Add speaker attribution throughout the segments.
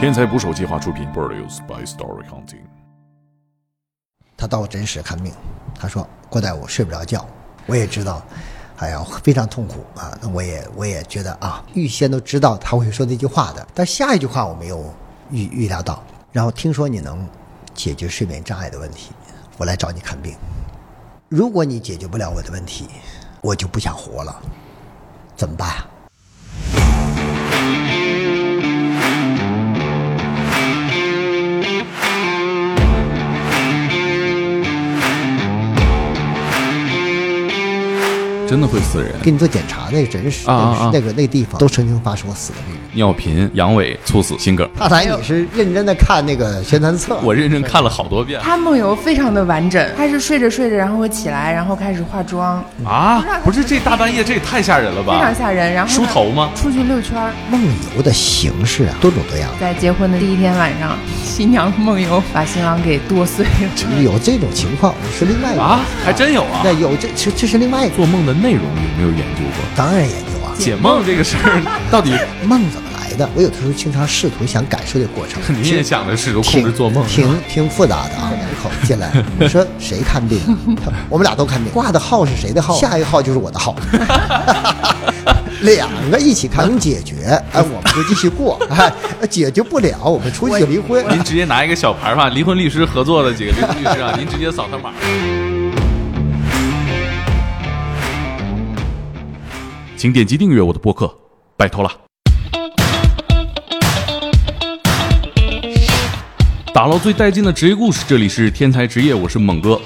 Speaker 1: 天才捕手计划出品，Produced by Story Hunting。
Speaker 2: 他到我诊室看病，他说：“郭大夫，我睡不着觉，我也知道，哎呀，非常痛苦啊。那我也我也觉得啊，预先都知道他会说那句话的，但下一句话我没有预预料到。然后听说你能解决睡眠障碍的问题，我来找你看病。如果你解决不了我的问题，我就不想活了，怎么办啊？”
Speaker 3: 真的会死人。
Speaker 2: 给你做检查那个诊室，
Speaker 3: 啊啊啊
Speaker 2: 那个那个地方都曾经发生过死的病人。
Speaker 3: 尿频、阳痿、猝死、心梗，
Speaker 2: 大胆，你是认真的看那个宣传册？
Speaker 3: 我认真看了好多遍
Speaker 4: 他梦游非常的完整，他是睡着睡着，然后会起来，然后开始化妆，
Speaker 3: 啊
Speaker 4: 不知道！他
Speaker 3: 不是这大半夜，这也太吓人了
Speaker 4: 非常
Speaker 3: 吧？
Speaker 4: 吓人。然后
Speaker 3: 梳
Speaker 4: 呢
Speaker 3: 头吗？
Speaker 4: 出去溜圈儿，
Speaker 2: 梦游的形式啊，多种多样，
Speaker 4: 在结婚的第一天晚上，新娘梦游把新郎给剁碎了。
Speaker 2: 有这种情况是另外一个
Speaker 3: 啊，还真有啊
Speaker 2: 那！有这这这是另外一个，
Speaker 3: 做梦的内容有没有研究过？
Speaker 2: 当然研究啊，
Speaker 3: 解梦这个事儿到底，
Speaker 2: 梦怎么来的？我有的时候经常试图想感受这个过程，
Speaker 3: 你也想着试图控制
Speaker 2: 挺
Speaker 3: 做梦？嗯
Speaker 2: 挺挺复杂的啊。两口子进来，我说谁看病 啊？我们俩都看病，挂的号是谁的号？下一个号就是我的号。 两个一起看，能解 决，哎，我们就继续过；哎，解决不了，我们出去离婚。
Speaker 3: 您直接拿一个小牌儿吧，离婚律师合作的几个离婚律师啊，您直接扫他码。
Speaker 1: 请点击订阅我的播客，拜托了。
Speaker 3: 打捞最带劲的职业故事，这里是天才职业，我是猛哥。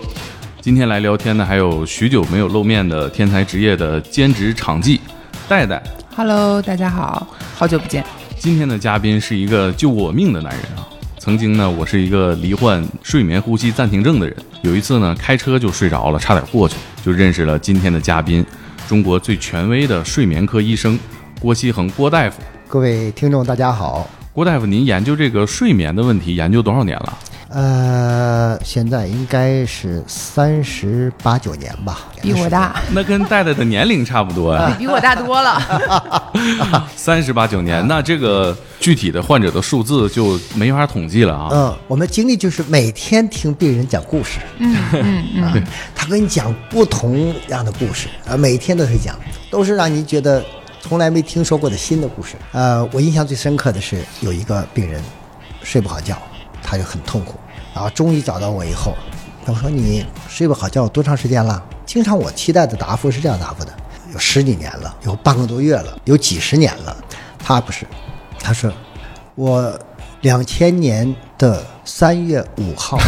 Speaker 3: 今天来聊天的还有许久没有露面的天才职业的兼职场记戴戴。
Speaker 4: Hello，大家好，好久不见。
Speaker 3: 今天的嘉宾是一个救我命的男人啊！曾经呢，我是一个罹患睡眠呼吸暂停症的人。有一次呢，开车就睡着了，差点过去，就认识了今天的嘉宾，中国最权威的睡眠科医生郭希恒郭大夫。
Speaker 2: 各位听众，大家好。
Speaker 3: 郭大夫，您研究这个睡眠的问题研究多少年了？
Speaker 2: 呃，现在应该是三十八九年吧，
Speaker 4: 比我大，
Speaker 3: 那跟戴戴的年龄差不多呀、
Speaker 4: 比我大多了。
Speaker 3: 三十八九年。那这个具体的患者的数字就没法统计了啊。
Speaker 2: 嗯，我们经历就是每天听病人讲故事，嗯嗯啊，他跟你讲不同样的故事啊，每天都会讲，都是让你觉得从来没听说过的新的故事。呃，我印象最深刻的是有一个病人睡不好觉，他就很痛苦，然后终于找到我以后，我说你睡不好觉多长时间了？经常我期待的答复是这样答复的：有十几年了，有半个多月了，有几十年了。他不是，他说我两千年的三月五 号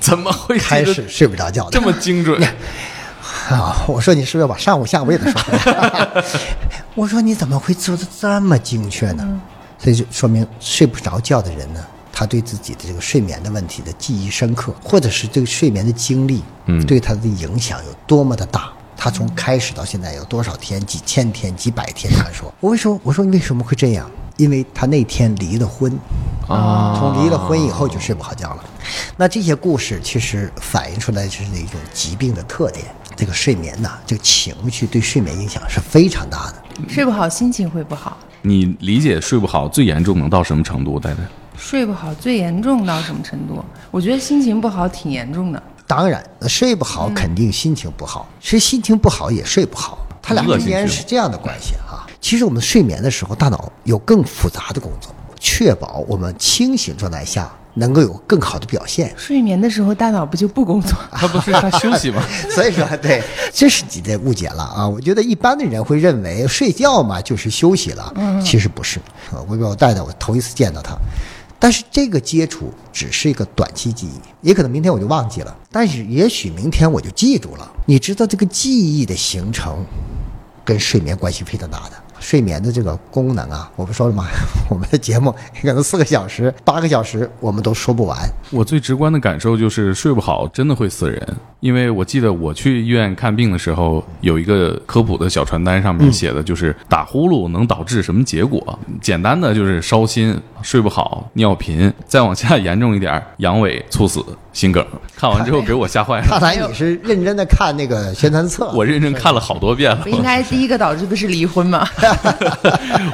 Speaker 3: 怎么会
Speaker 2: 开
Speaker 3: 记得
Speaker 2: 始睡不着觉的
Speaker 3: 这。么精准？
Speaker 2: 啊，我说你是不是要把上午、下午也得说出来？我说你怎么会做的这么精确呢？所以就说明睡不着觉的人呢，他对自己的这个睡眠的问题的记忆深刻，或者是对睡眠的经历，嗯，对他的影响有多么的大。他从开始到现在有多少天、几千天、几百天难说。我为什么我说你为什么会这样？因为他那天离了婚啊，从离了婚以后就睡不好觉了。那这些故事其实反映出来就是一种疾病的特点。这个睡眠呐、这个情绪对睡眠影响是非常大的。
Speaker 4: 睡不好，心情会不好。
Speaker 3: 你理解睡不好最严重能到什么程度？戴戴。
Speaker 4: 睡不好最严重到什么程度？我觉得心情不好挺严重的。
Speaker 2: 当然，睡不好肯定心情不好，谁心情不好也睡不好，它俩之间是这样的关系啊。其实我们睡眠的时候，大脑有更复杂的工作，确保我们清醒状态下能够有更好的表现。
Speaker 4: 睡眠的时候，大脑不就不工作？
Speaker 3: 他不是他休息吗？
Speaker 2: 所以说，对，这是你的误解了啊！我觉得一般的人会认为睡觉嘛就是休息了，其实不是。啊我我带带，我头一次见到他，但是这个接触只是一个短期记忆，也可能明天我就忘记了，但是也许明天我就记住了。你知道这个记忆的形成跟睡眠关系非常大的。睡眠的这个功能啊，我不说了吗？ 我们的节目可能四个小时、八个小时我们都说不完。
Speaker 3: 我最直观的感受就是睡不好真的会死人，因为我记得我去医院看病的时候，有一个科普的小传单上面写的就是打呼噜能导致什么结果，简单的就是烧心、睡不好、尿频，再往下严重一点，阳痿、猝死、心梗。看完之后给我吓坏 了，
Speaker 2: 看来你是认真的看那个宣传册，
Speaker 3: 我认真看了好多遍了
Speaker 4: 不。应该第一个导致的是离婚吗？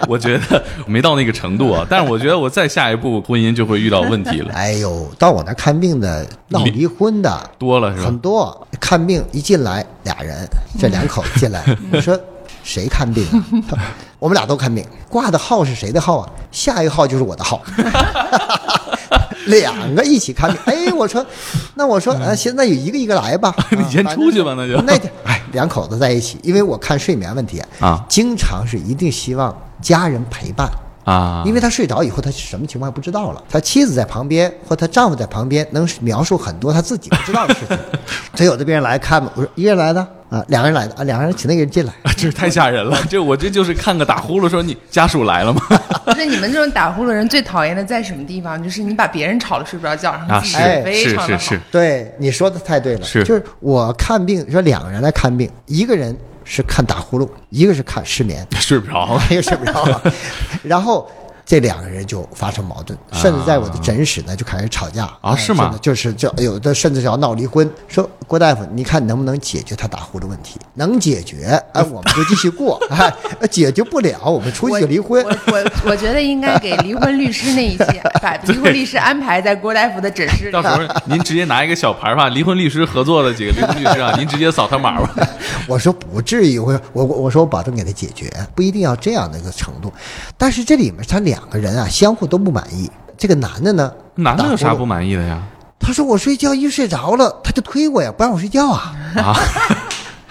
Speaker 3: 我觉得没到那个程度啊，但是我觉得我再下一步婚姻就会遇到问题 了，
Speaker 2: 哎呦，到我那儿看病的闹离婚的
Speaker 3: 多了是吧
Speaker 2: 很？多，看病一进来俩人，这两口子进来，
Speaker 3: 嗯
Speaker 2: 我 说谁看病啊、 他我们俩都看病，挂的号是谁的号啊？下一个号就是我 的号。两个一起看病，哎，我说，那我说，呃，现在有一个一个来吧，
Speaker 3: 嗯 你先出去吧，那就
Speaker 2: 那哎，两口子在一起，因为我看睡眠问题
Speaker 3: 啊
Speaker 2: 经常是一定希望家人陪伴，
Speaker 3: 啊，
Speaker 2: 因为他睡着以后，他什么情况也不知道了。他妻子在旁边，或他丈夫在旁边，能描述很多他自己不知道 的事情。所以有的病人来看嘛，我说一个人来的啊，两个人来的啊，两个人请那个人进来。
Speaker 3: 这太吓人了，这我这就是看个打呼噜说你家属来了 吗？
Speaker 4: 不是你们这种打呼噜人最讨厌的在什么地方？就是你把别人吵得睡不着觉，然后
Speaker 3: 啊，
Speaker 4: 自
Speaker 3: 是
Speaker 4: 己非
Speaker 3: 是
Speaker 4: 常的
Speaker 3: 是是，
Speaker 4: 好
Speaker 2: 对，你说的太对了，
Speaker 3: 是
Speaker 2: 就是我看病说两个人来看病，一个人是看打呼噜，一个是看失眠，
Speaker 3: 睡不着。
Speaker 2: 也睡不着了，然后。这两个人就发生矛盾，甚至在我的诊室呢就开始吵架
Speaker 3: 啊是吗
Speaker 2: 甚至就是就有的甚至要闹离婚，说郭大夫，你看能不能解决他打呼的问题？能解决，哎，我们就继续过； 哎，解决不了，我们出去就离婚。
Speaker 4: 我我我觉得应该给离婚律师那 一期，把离婚律师安排在郭大夫的诊室 里
Speaker 3: 到。时候您直接拿一个小牌儿吧，离婚律师合作的几个离婚律师 啊，您直接扫他码吧。
Speaker 2: 我说不至于，我说我我我说我保证给他解决，不一定要这样的一个程度。但是这里面他两个人啊，相互都不满意。这个男的呢，
Speaker 3: 男的有
Speaker 2: 打
Speaker 3: 啥
Speaker 2: 呼噜
Speaker 3: 不满意的呀？
Speaker 2: 他说我睡觉一睡着了，他就推我呀，不让我睡觉啊。
Speaker 3: 啊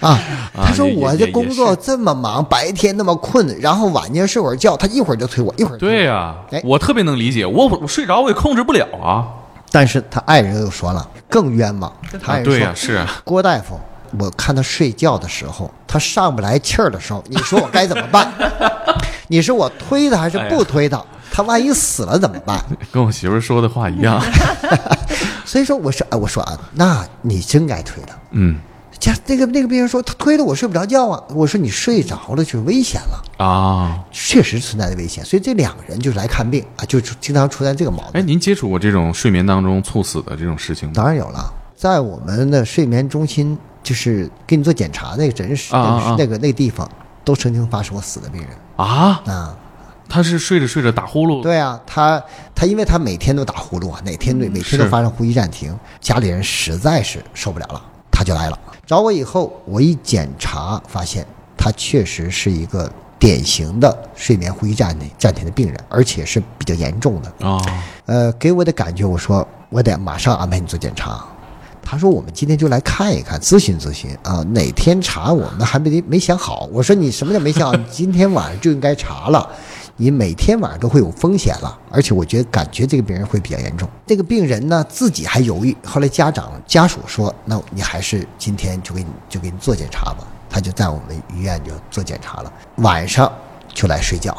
Speaker 2: 啊，
Speaker 3: 啊
Speaker 2: 他说
Speaker 3: 也也
Speaker 2: 我
Speaker 3: 也
Speaker 2: 这
Speaker 3: 也
Speaker 2: 工作
Speaker 3: 是
Speaker 2: 这么忙，白天那么困，然后晚间睡会儿觉，他一会儿就推我，一会儿推我
Speaker 3: 对呀、
Speaker 2: 哎
Speaker 3: 我特别能理解，我我睡着我也控制不了啊。
Speaker 2: 但是他爱人又说了，更冤枉。他
Speaker 3: 啊
Speaker 2: 爱人
Speaker 3: 对
Speaker 2: 说，
Speaker 3: 呀、是啊，
Speaker 2: 郭大夫，我看他睡觉的时候，他上不来气儿的时候，你说我该怎么 办？你说我推他还是
Speaker 3: 哎
Speaker 2: 不推他？他万一死了怎么办？
Speaker 3: 跟我媳妇儿说的话一 样。
Speaker 2: 所以说，我说，哎我说啊，那你真该推他。
Speaker 3: 嗯
Speaker 2: 家那个那个病人说他推的我睡不着觉啊，我说你睡着了就是危险了，
Speaker 3: 啊，
Speaker 2: 确实存在的危险，所以这两个人就是来看病啊，就就经常出现这个矛
Speaker 3: 哎，
Speaker 2: 盾。
Speaker 3: 您接触过这种睡眠当中猝死的这种事情吗？
Speaker 2: 当然有了，在我们的睡眠中心，就是给你做检查那个诊室，
Speaker 3: 啊啊啊
Speaker 2: 那个那个地方，都曾经发生过死的病人
Speaker 3: 啊，
Speaker 2: 啊。
Speaker 3: 他是睡着睡着打呼噜，
Speaker 2: 对啊，他他因为他每天都打呼噜啊，哪天对每天都
Speaker 3: 是
Speaker 2: 发生呼吸暂停，家里人实在是受不了了，他就来了。找我以后，我一检查发现他确实是一个典型的睡眠呼吸暂停暂停的病人，而且是比较严重的。
Speaker 3: 啊，
Speaker 2: 呃，给我的感觉，我说我得马上安排你做检查。啊他说我们今天就来看一看，咨询咨询啊，哪天查我们还没没想好。我说你什么叫没想好？你 今天晚上就应该查了。你每天晚上都会有风险了，而且我觉得感觉这个病人会比较严重。这个病人呢自己还犹豫，后来家长家属说，那你还是今天就给你就给你做检查吧。他就在我们医院就做检查了，晚上就来睡觉。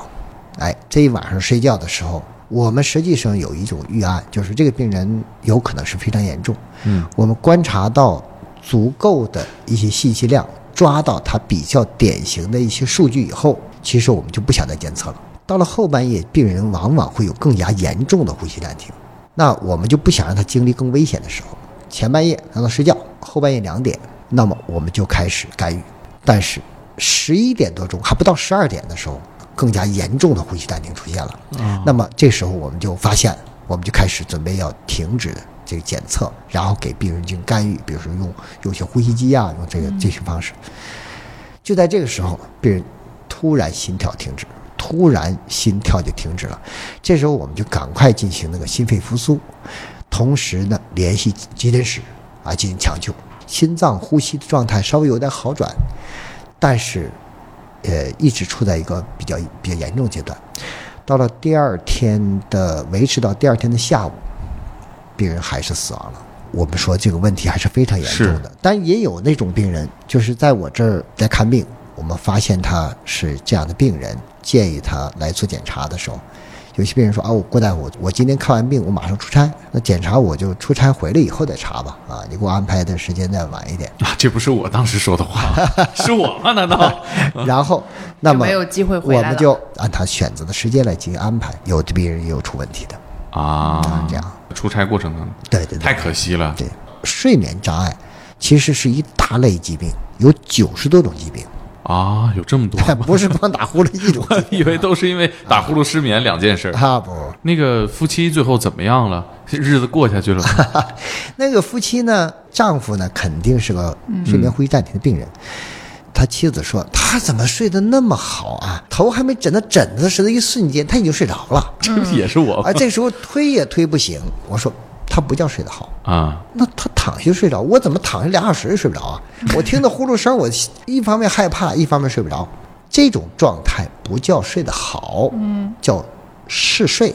Speaker 2: 哎，这一晚上睡觉的时候，我们实际上有一种预案，就是这个病人有可能是非常严重。
Speaker 3: 嗯，
Speaker 2: 我们观察到足够的一些信息量，抓到他比较典型的一些数据以后，其实我们就不想再监测了。到了后半夜，病人往往会有更加严重的呼吸暂停，那我们就不想让他经历更危险的时候。前半夜让他睡觉，后半夜两点，那么我们就开始干预。但是十一点多钟还不到十二点的时候，更加严重的呼吸暂停出现了。那么这时候我们就发现，我们就开始准备要停止这个检测，然后给病人进行干预，比如说用用一些呼吸机啊，用这个这些方式。就在这个时候，病人突然心跳停止，突然心跳就停止了。这时候我们就赶快进行那个心肺复苏，同时呢联系急诊室啊进行抢救。心脏呼吸的状态稍微有点好转，但是呃一直处在一个比较比较严重阶段。到了第二天的维持到第二天的下午，病人还是死亡了。我们说这个问题还是非常严重的，但也有那种病人，就是在我这儿来看病，我们发现他是这样的病人，建议他来做检查的时候，有些病人说啊，我郭大夫，我我今天看完病，我马上出差，那检查我就出差回来以后再查吧，啊，你给我安排的时间再晚一点，
Speaker 3: 啊，这不是我当时说的话， 是我吗？难道？
Speaker 2: 然后，那
Speaker 4: 就
Speaker 2: 么
Speaker 4: 没有机会回来
Speaker 2: 我
Speaker 4: 了
Speaker 2: 们就按他选择的时间来进行安排。有的病人也有出问题的
Speaker 3: 啊
Speaker 2: 啊，，这样
Speaker 3: 出差过程当中，
Speaker 2: 对对对，
Speaker 3: 太可惜了。
Speaker 2: 对，睡眠障碍其实是一大类疾病，有九十多种 疾病，
Speaker 3: 啊，有这么多，
Speaker 2: 不是光打呼噜一 种
Speaker 3: 以为都是因为打呼噜失眠两件事儿。
Speaker 2: 啊不。
Speaker 3: 那个夫妻最后怎么样了？日子过下去了吗？
Speaker 2: 那个夫妻呢，丈夫呢肯定是个
Speaker 4: 嗯
Speaker 2: 睡眠呼吸暂停的病人。他妻子说：“他怎么睡得那么好啊？头还没枕到枕头时的一瞬间，他已经睡着了。
Speaker 3: 这不也是我吗
Speaker 2: 而这时候推也推不醒。”我说：“他不叫睡得好，
Speaker 3: 啊？
Speaker 2: 那他躺下就睡着，我怎么躺下俩小时也睡不着啊？我听到呼噜声，我一方面害怕，一方面睡不着。这种状态不叫睡得好，嗯，叫嗜睡。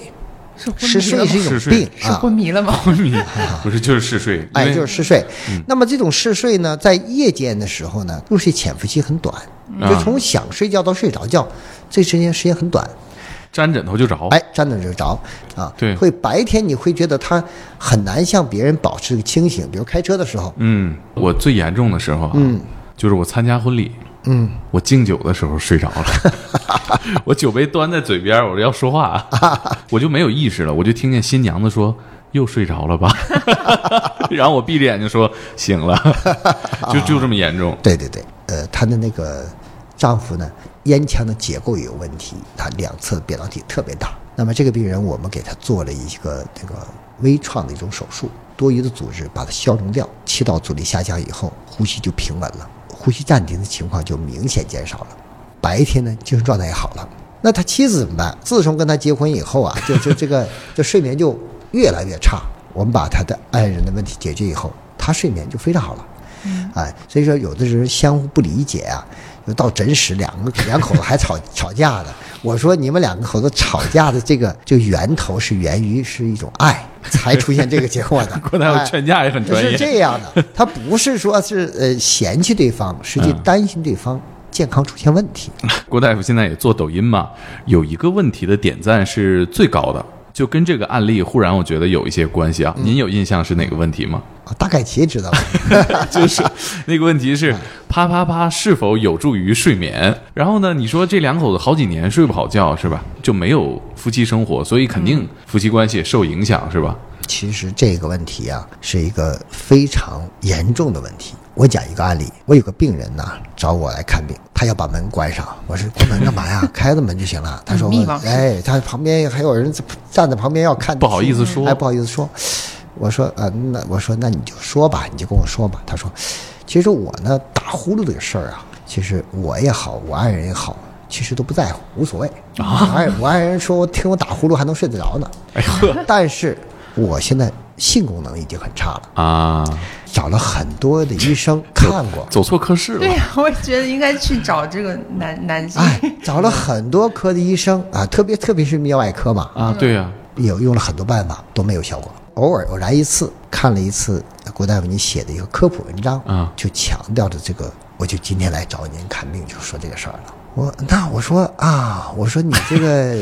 Speaker 4: 是昏
Speaker 2: 嗜
Speaker 4: 迷
Speaker 2: 睡
Speaker 4: 了吗
Speaker 2: 是一
Speaker 3: 嗜
Speaker 2: 种
Speaker 3: 睡
Speaker 2: 病
Speaker 4: 是
Speaker 2: 啊，
Speaker 4: 昏迷了吗？
Speaker 3: 昏迷不是就是嗜睡，
Speaker 2: 哎，
Speaker 3: 因为嗯
Speaker 2: 就是嗜睡。那么这种嗜睡呢，在夜间的时候呢，入睡潜伏期很短，
Speaker 3: 嗯
Speaker 2: 就从想睡觉到睡着觉，这时间时间很短。
Speaker 3: 沾枕头就着。
Speaker 2: 哎，沾枕就着啊，
Speaker 3: 哦对
Speaker 2: 会白天你会觉得他很难向别人保持清醒，比如开车的时候，
Speaker 3: 嗯，我最严重的时候啊，
Speaker 2: 嗯
Speaker 3: 就是我参加婚礼，嗯，我敬酒的时候睡着了， 我酒杯端在嘴边，我说要说话，啊我就没有意识了，我就听见新娘子说。又睡着了吧？ 然后我闭着眼睛说醒了， 就就这么严重。。
Speaker 2: 对对对，呃，她的那个丈夫呢，咽腔的结构也有问题，他两侧的扁桃体特别大。那么这个病人，我们给他做了一个那个微创的一种手术，多余的组织把它消融掉，气道阻力下降以后，呼吸就平稳了，呼吸暂停的情况就明显减少了。白天呢，精神状态也好了。那他妻子怎么办？自从跟他结婚以后啊，就就这个这睡眠就越来越差。我们把他的爱人的问题解决以后，他睡眠就非常好了。哎，所以说有的人相互不理解啊，就到真实两个两口子还吵 吵架的。我说你们两个口子吵架的这个这个源头是源于是一种爱，才出现这个结果的
Speaker 3: 郭大夫
Speaker 2: 哎
Speaker 3: 劝架也很专
Speaker 2: 是
Speaker 3: 业，
Speaker 2: 这样的，他不是说是呃嫌弃对方，实
Speaker 3: 嗯
Speaker 2: 际担心对方健康出现问题。
Speaker 3: 郭大夫现在也做抖音嘛，有一个问题的点赞是最高的，就跟这个案例忽然我觉得有一些关系啊。
Speaker 2: 嗯
Speaker 3: 您有印象是哪个问题吗？
Speaker 2: 啊大概其也知道了，
Speaker 3: 就是那个问题是啪啪啪是否有助于睡眠？然后呢，你说这两口子好几年睡不好觉是吧？就没有夫妻生活，所以肯定夫妻关系也受影响是吧？
Speaker 2: 其实这个问题啊是一个非常严重的问题。我讲一个案例，我有个病人呢、找我来看病，他要把门关上，我说关门干嘛呀？开着门就行 了。他说
Speaker 4: 密网，
Speaker 2: 哎，他旁边还有人站在旁边要看，
Speaker 3: 不好意思说
Speaker 2: 哎，不好意思说。我说，呃，那我说那你就说吧，你就跟我说吧。他说，其实我呢打呼噜这个事儿啊，其实我也好，我爱人也好，其实都不在乎，无所谓啊。我爱我爱人说，我听我打呼噜还能睡得着呢。
Speaker 3: 哎呵
Speaker 2: 但是我现在性功能已经很差了，
Speaker 3: 啊，
Speaker 2: 找了很多的医生看过，
Speaker 3: 走错科室了
Speaker 4: 对。呀、我也觉得应该去找这个男男性。
Speaker 2: 哎，找了很多科的医生啊，特别特别是泌尿外科嘛，
Speaker 3: 啊，对呀、
Speaker 2: 也用了很多办法都没有效果。偶尔偶然一次看了一次郭大夫你写的一个科普文章
Speaker 3: 啊
Speaker 2: 就强调着这个，我就今天来找您看病，就说这个事儿了。我那我说啊，我说你这个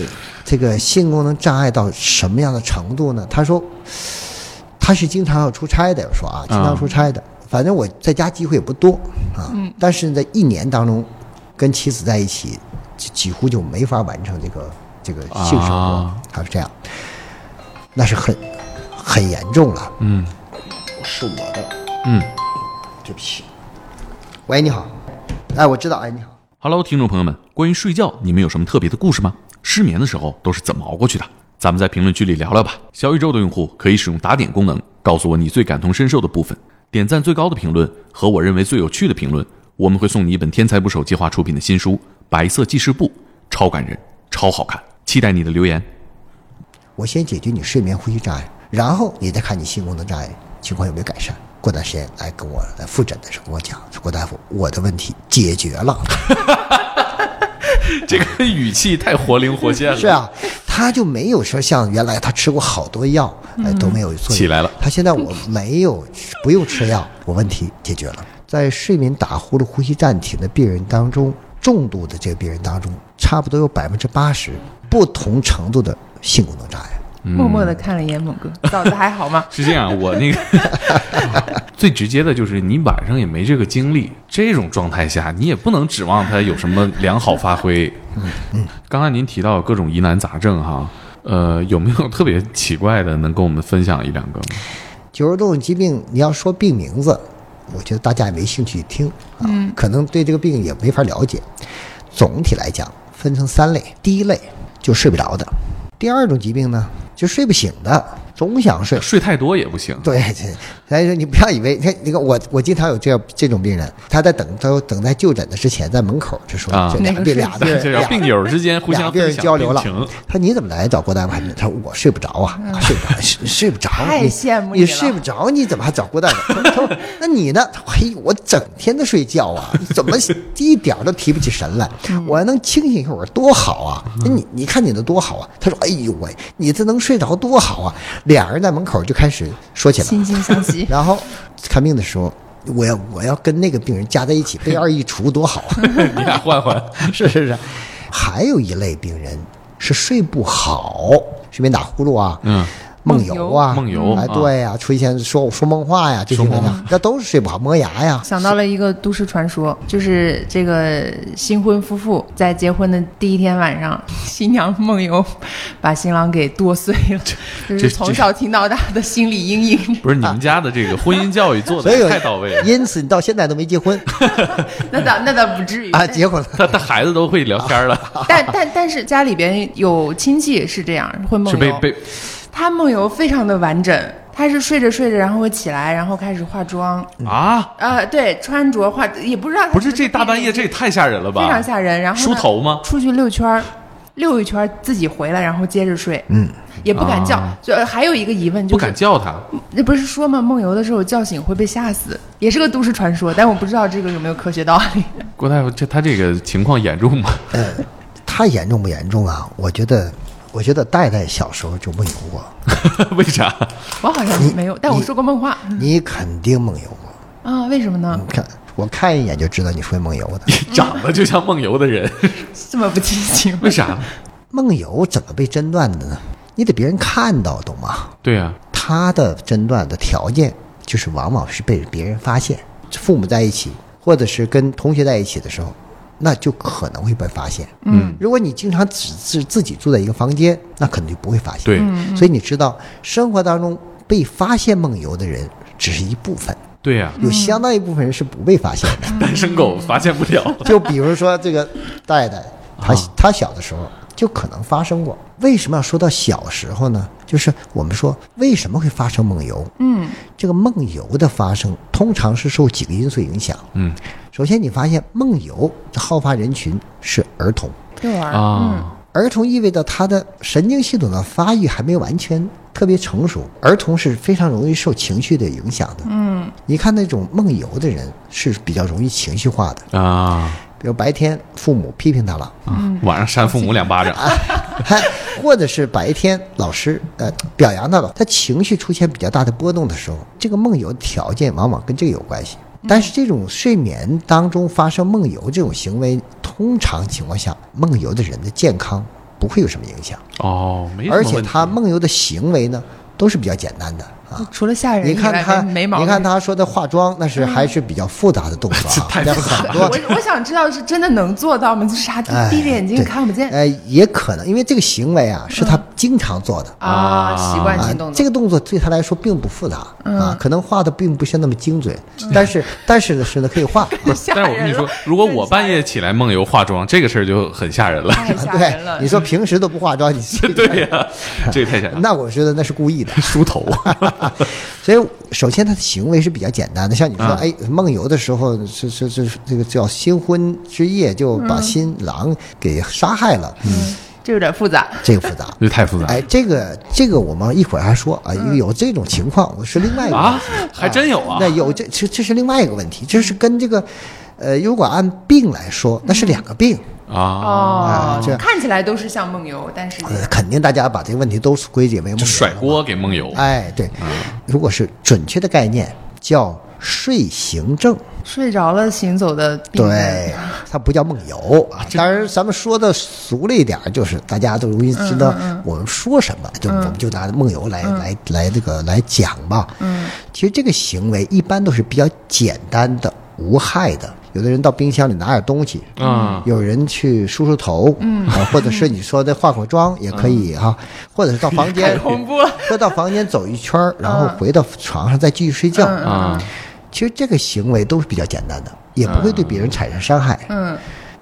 Speaker 2: 这个性功能障碍到什么样的程度呢？他说他是经常要出差的，我说啊，经常出差的。反正我在家机会也不多啊，但是在一年当中，跟妻子在一起，几几乎就没法完成这个这个性生活。
Speaker 3: 啊
Speaker 2: 他是这样，那是很很严重了。
Speaker 3: 嗯
Speaker 2: 是我的，
Speaker 3: 嗯。
Speaker 2: 对不起。喂，你好。哎，我知道。哎，你好。
Speaker 3: Hello，听众朋友们，关于睡觉，你们有什么特别的故事吗？失眠的时候都是怎么熬过去的？咱们在评论区里聊聊吧。小宇宙的用户可以使用打点功能，告诉我你最感同身受的部分，点赞最高的评论和我认为最有趣的评论，我们会送你一本天才捕手计划出品的新书《白色记事簿》，超感人，超好看，期待你的留言。
Speaker 2: 我先解决你睡眠呼吸障碍，然后你再看你性功能障碍情况有没有改善。过段时间来跟我来复诊的时候跟我讲，说郭大夫，我的问题解决了。
Speaker 3: 这个语气太活灵活现了。
Speaker 2: 是啊，他就没有说像原来他吃过好多药，哎都没有作用。
Speaker 3: 起来了
Speaker 2: 他现在我没有不用吃药，我问题解决了。在睡眠打呼噜、呼吸暂停的病人当中，重度的这个病人当中，差不多有百分之八十不同程度的性功能障碍。
Speaker 4: 默默
Speaker 3: 嗯
Speaker 4: 的看了一眼猛哥，嫂子
Speaker 3: ？
Speaker 4: 还好吗
Speaker 3: 是这样，我 那个最直接的就是你晚上也没这个精力，这种状态下你也不能
Speaker 2: 嗯
Speaker 3: 指望他有什么良好发挥。刚才您提到各种疑难杂症哈，呃，有没有特别奇怪的，能跟我们分享一两个吗？
Speaker 2: 酒肉动疾病，你要说病名字，我觉得大家也没兴趣听啊，可能对这个病也没法了解。总体来讲，分成三类：第一类就睡不着的，第二种疾病呢就睡不醒的，总想睡。
Speaker 3: 睡太多也不行，
Speaker 2: 对，这所以说你不要以为，你看那个我我经常有这样这种病人，他在等他等在就诊的之前，在门口就说
Speaker 3: 啊
Speaker 2: 这俩病俩病
Speaker 3: 这要
Speaker 2: 俩
Speaker 3: 病友之间互
Speaker 2: 俩
Speaker 3: 相
Speaker 2: 病
Speaker 3: 分
Speaker 2: 人
Speaker 3: 享
Speaker 2: 交流了
Speaker 3: 病情，
Speaker 2: 他说你怎么来找郭大夫？他说我睡不着 啊，啊睡不着，睡睡不着，
Speaker 4: 太
Speaker 2: 你
Speaker 4: 羡慕你
Speaker 2: 你
Speaker 4: 了
Speaker 2: 睡不着，你怎么还找郭大夫？他说那你呢？嘿，我整天的睡觉啊，怎 么一点儿都提不起神来？
Speaker 3: 嗯
Speaker 2: 我还能清醒一会儿多好啊！那你你看你的多好啊！他说哎呦喂，你这能睡着多好啊！俩人在门口就开始说起来了，
Speaker 4: 惺惺相惜。
Speaker 2: 然后看病的时候，我要我要跟那个病人加在一起，被二一除多好啊！
Speaker 3: 你俩换换。
Speaker 2: 是是是。还有一类病人是睡不好，睡眠打呼噜啊，
Speaker 3: 嗯，
Speaker 2: 梦游啊，
Speaker 3: 梦游
Speaker 2: 哎，
Speaker 3: 啊
Speaker 2: 对呀、出现说说梦话呀，这些
Speaker 3: 说梦
Speaker 2: 问题啊，那都是睡不好，磨牙 呀。
Speaker 4: 想到了一个都市传说，就是这个新婚夫妇在结婚的第一天晚上，新娘梦游，把新郎给剁碎了，就是从小听到大的心理阴影。
Speaker 3: 不是你们家的这个婚姻教育做
Speaker 2: 所以
Speaker 3: 的太到位了，
Speaker 2: 因此你到现在都没 结婚
Speaker 4: 那倒那倒不至于
Speaker 3: 哎
Speaker 2: 啊，结婚了。
Speaker 3: 他他孩子都会聊天了，
Speaker 4: 但但但是家里边有亲戚是这样，会
Speaker 2: 哦
Speaker 4: 梦
Speaker 3: 是
Speaker 4: 游。
Speaker 3: 被被
Speaker 4: 他梦游非常的完整，他是睡着睡着，然后会起来，然后开始化妆。
Speaker 2: 嗯
Speaker 3: 啊，
Speaker 4: 呃，对，穿着化也不知道他
Speaker 3: 不是
Speaker 4: 怎么
Speaker 3: 这大半夜这也太吓人了吧？
Speaker 4: 非常吓人。然后呢
Speaker 3: 梳头吗？
Speaker 4: 出去溜圈儿，溜一圈儿自己回来，然后接着睡。嗯，也不敢叫
Speaker 3: 啊。
Speaker 4: 就呃还有一个疑问
Speaker 3: 不
Speaker 4: 就
Speaker 3: 敢
Speaker 4: 是，
Speaker 3: 叫他，
Speaker 4: 那不是说嘛，梦游的时候叫醒会被吓死，也是个都市传说，但我不知道这个有没有科学道理。
Speaker 3: 郭大夫，这他这个情况严重吗？
Speaker 2: 呃，他严重不严重啊？我觉得，我觉得戴戴小时候就梦游过，
Speaker 3: 为啥？
Speaker 4: 我好像没有，但我说过梦话
Speaker 2: 你肯定梦游过。
Speaker 4: 啊？为什么呢
Speaker 2: 你？看，我看一眼就知道你会梦游 的。
Speaker 3: 长得就像梦游的 人，
Speaker 4: 这么不积极？
Speaker 3: 为啥？
Speaker 2: 梦游怎么被诊断的呢？你得别人看到，懂吗？
Speaker 3: 对啊，
Speaker 2: 他的诊断的条件就是往往是被别人发现，父母在一起或者是跟同学在一起的时候，那就可能会被发现。
Speaker 4: 嗯，
Speaker 2: 如果你经常只是自己住在一个房间，那可能就不会发现。
Speaker 3: 对，
Speaker 2: 所以你知道，生活当中被发现梦游的人只是一部分，
Speaker 3: 对呀、
Speaker 2: 有相当一部分人是不被发现的。
Speaker 4: 嗯
Speaker 3: 单身狗发现不了。
Speaker 2: 就比如说这个戴戴，他
Speaker 3: 啊
Speaker 2: 他小的时候就可能发生过。为什么要说到小时候呢？就是我们说为什么会发生梦游？嗯，这个梦游的发生通常是受几个因素影响。
Speaker 3: 嗯
Speaker 2: 首先，你发现梦游的好发人群是儿童，
Speaker 4: 遛玩儿嗯，
Speaker 3: 啊，
Speaker 2: 儿童意味着他的神经系统的发育还没有完全特别成熟，儿童是非常容易受情绪的影响的。嗯，你看那种梦游的人是比较容易情绪化的，
Speaker 4: 嗯
Speaker 3: 啊，
Speaker 2: 比如白天父母批评他了。
Speaker 3: 晚上扇父母两 巴掌，
Speaker 2: 嗨，或者是白天老师呃表扬他了，他情绪出现比较大的波动的时候，这个梦游条件往往跟这个有关系。但是这种睡眠当中发生梦游这种行为，通常情况下，梦游的人的健康不会有什么影响，
Speaker 3: 哦，没什么
Speaker 2: 而
Speaker 3: 问题
Speaker 2: 且他梦游的行为呢，都是比较简单的啊。
Speaker 4: 除了吓人以
Speaker 2: 你
Speaker 4: 外，
Speaker 2: 看他，
Speaker 4: 没没毛病。
Speaker 2: 你看他说的化妆，那是还是比较复杂的动作
Speaker 3: 这
Speaker 2: 啊，
Speaker 3: 太
Speaker 2: 那
Speaker 3: 复杂
Speaker 2: 很多
Speaker 4: 我我想知道是真的能做到吗？就是啥，
Speaker 2: 哎
Speaker 4: 闭着眼睛
Speaker 2: 对
Speaker 4: 看不见
Speaker 2: 呃，也可能因为这个行为啊，是他经常做的。
Speaker 4: 啊，习惯性动嗯
Speaker 2: 这
Speaker 4: 作。
Speaker 2: 个动作对他来说并不复杂、啊，可能画的并不是那么精准，
Speaker 4: 嗯
Speaker 2: 但是但是呢是呢可以画。啊
Speaker 3: 不是，但是我跟你说
Speaker 4: 吓人了，
Speaker 3: 如果我半夜起来梦游化妆，这个事儿就很吓 人了。
Speaker 4: 太吓人了！
Speaker 2: 对，你说平时都不化妆，你
Speaker 3: 对呀、这也太吓
Speaker 4: 嗯
Speaker 3: 人了。
Speaker 2: 那我觉得那是故意的。
Speaker 3: 梳头，
Speaker 2: 所以首先他的行为是比较简单的，像你
Speaker 4: 嗯
Speaker 2: 说，哎，梦游的时候是是是这个叫新婚之夜就
Speaker 4: 嗯
Speaker 2: 把新郎给杀害了，
Speaker 4: 这有点复杂。
Speaker 2: 这个复杂。
Speaker 3: 这太复杂
Speaker 2: 哎，这个这个我们一会儿还说啊，有这种情况，我是另外一个问题
Speaker 3: 嗯啊，还真有啊
Speaker 2: 那。有这这这是另外一个问题，这是跟这个，呃，如果按病来说，那是两个病，
Speaker 3: 啊，
Speaker 4: 哦
Speaker 2: 啊这，
Speaker 4: 看起来都是像梦游，但是
Speaker 2: 呃，肯定大家把这个问题都归结为梦
Speaker 3: 就
Speaker 2: 游
Speaker 3: 甩
Speaker 2: 了
Speaker 3: 锅给嗯梦游。
Speaker 2: 哎，对，如果是准确的概念叫睡行症，
Speaker 4: 睡着了行走的病人
Speaker 2: 对，
Speaker 4: 啊
Speaker 2: 它不叫梦游啊。当然，咱们说的俗了一点儿，就是大家都容易知
Speaker 4: 嗯
Speaker 2: 道我们说什么，就我们就拿梦游来来来这个来讲吧。嗯，其实这个行为一般都是比较简单的、无害的，有的人到冰箱里拿点东西，
Speaker 4: 嗯
Speaker 3: 啊，
Speaker 2: 有人去梳梳头，嗯，啊， 或者是你说的化化妆也可以哈、或者是到房
Speaker 4: 嗯 太
Speaker 2: 间，
Speaker 4: 恐怖了。
Speaker 2: 说到房间走一圈儿，然后回到床上再继续睡觉。
Speaker 4: 嗯
Speaker 3: 啊，
Speaker 2: 其实这个行为都是比较简单的，也不会对别人产生伤害。
Speaker 4: 嗯，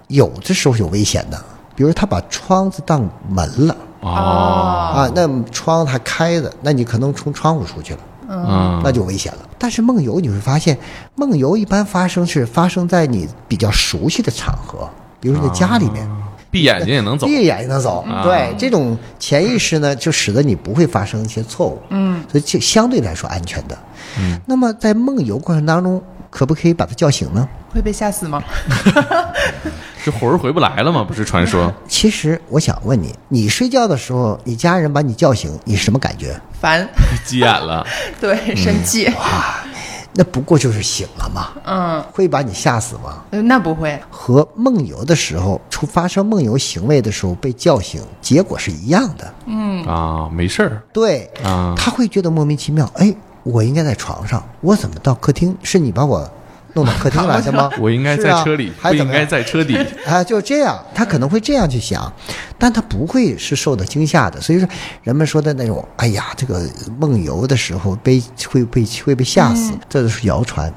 Speaker 2: 有的时候有危险的，比如他把窗子当门了
Speaker 3: 哦，
Speaker 2: 啊，那窗它开的，那你可能从窗户出去了。
Speaker 3: 嗯，
Speaker 2: 那就危险了。但是梦游，你会发现，梦游一般发生是发生在你比较熟悉的场合，比如说你的家里面，
Speaker 3: 闭眼睛也能走
Speaker 2: 闭眼也能走。对，这种潜意识呢，就使得你不会发生一些错误。嗯，所以这相对来说安全的。嗯，那么在梦游过程当中，可不可以把他叫醒呢？
Speaker 4: 会被吓死吗？
Speaker 3: 这魂儿回不来了吗？不是传 说，
Speaker 2: 其实我想问你，你睡觉的时候，你家人把你叫醒，你什么感觉？
Speaker 4: 烦，
Speaker 3: 急眼了，
Speaker 4: 对，
Speaker 2: 嗯
Speaker 4: 生气。
Speaker 2: 那不过就是醒了嘛，
Speaker 4: 嗯，
Speaker 2: 会把你吓死吗？
Speaker 4: 呃那不会，
Speaker 2: 和梦游的时候，出发生梦游行为的时候被叫醒，结果是一样的。
Speaker 3: 啊，没事儿，
Speaker 2: 对，
Speaker 3: 啊？
Speaker 2: 他会觉得莫名其妙，哎，我应该在床上，我怎么到客厅？是你把我弄到客厅来的吗
Speaker 3: 我应该
Speaker 2: 是
Speaker 3: 在
Speaker 2: 啊
Speaker 3: 车里，
Speaker 2: 还
Speaker 3: 不
Speaker 2: 怎
Speaker 3: 应
Speaker 2: 么
Speaker 3: 该
Speaker 2: 样
Speaker 3: 在车 底，
Speaker 2: 啊，就这样，他可能会这样去想，但他不会是受到惊吓的。所以说，人们说的那种，哎呀，这个梦游的时候被会被会被吓死，这都是谣传。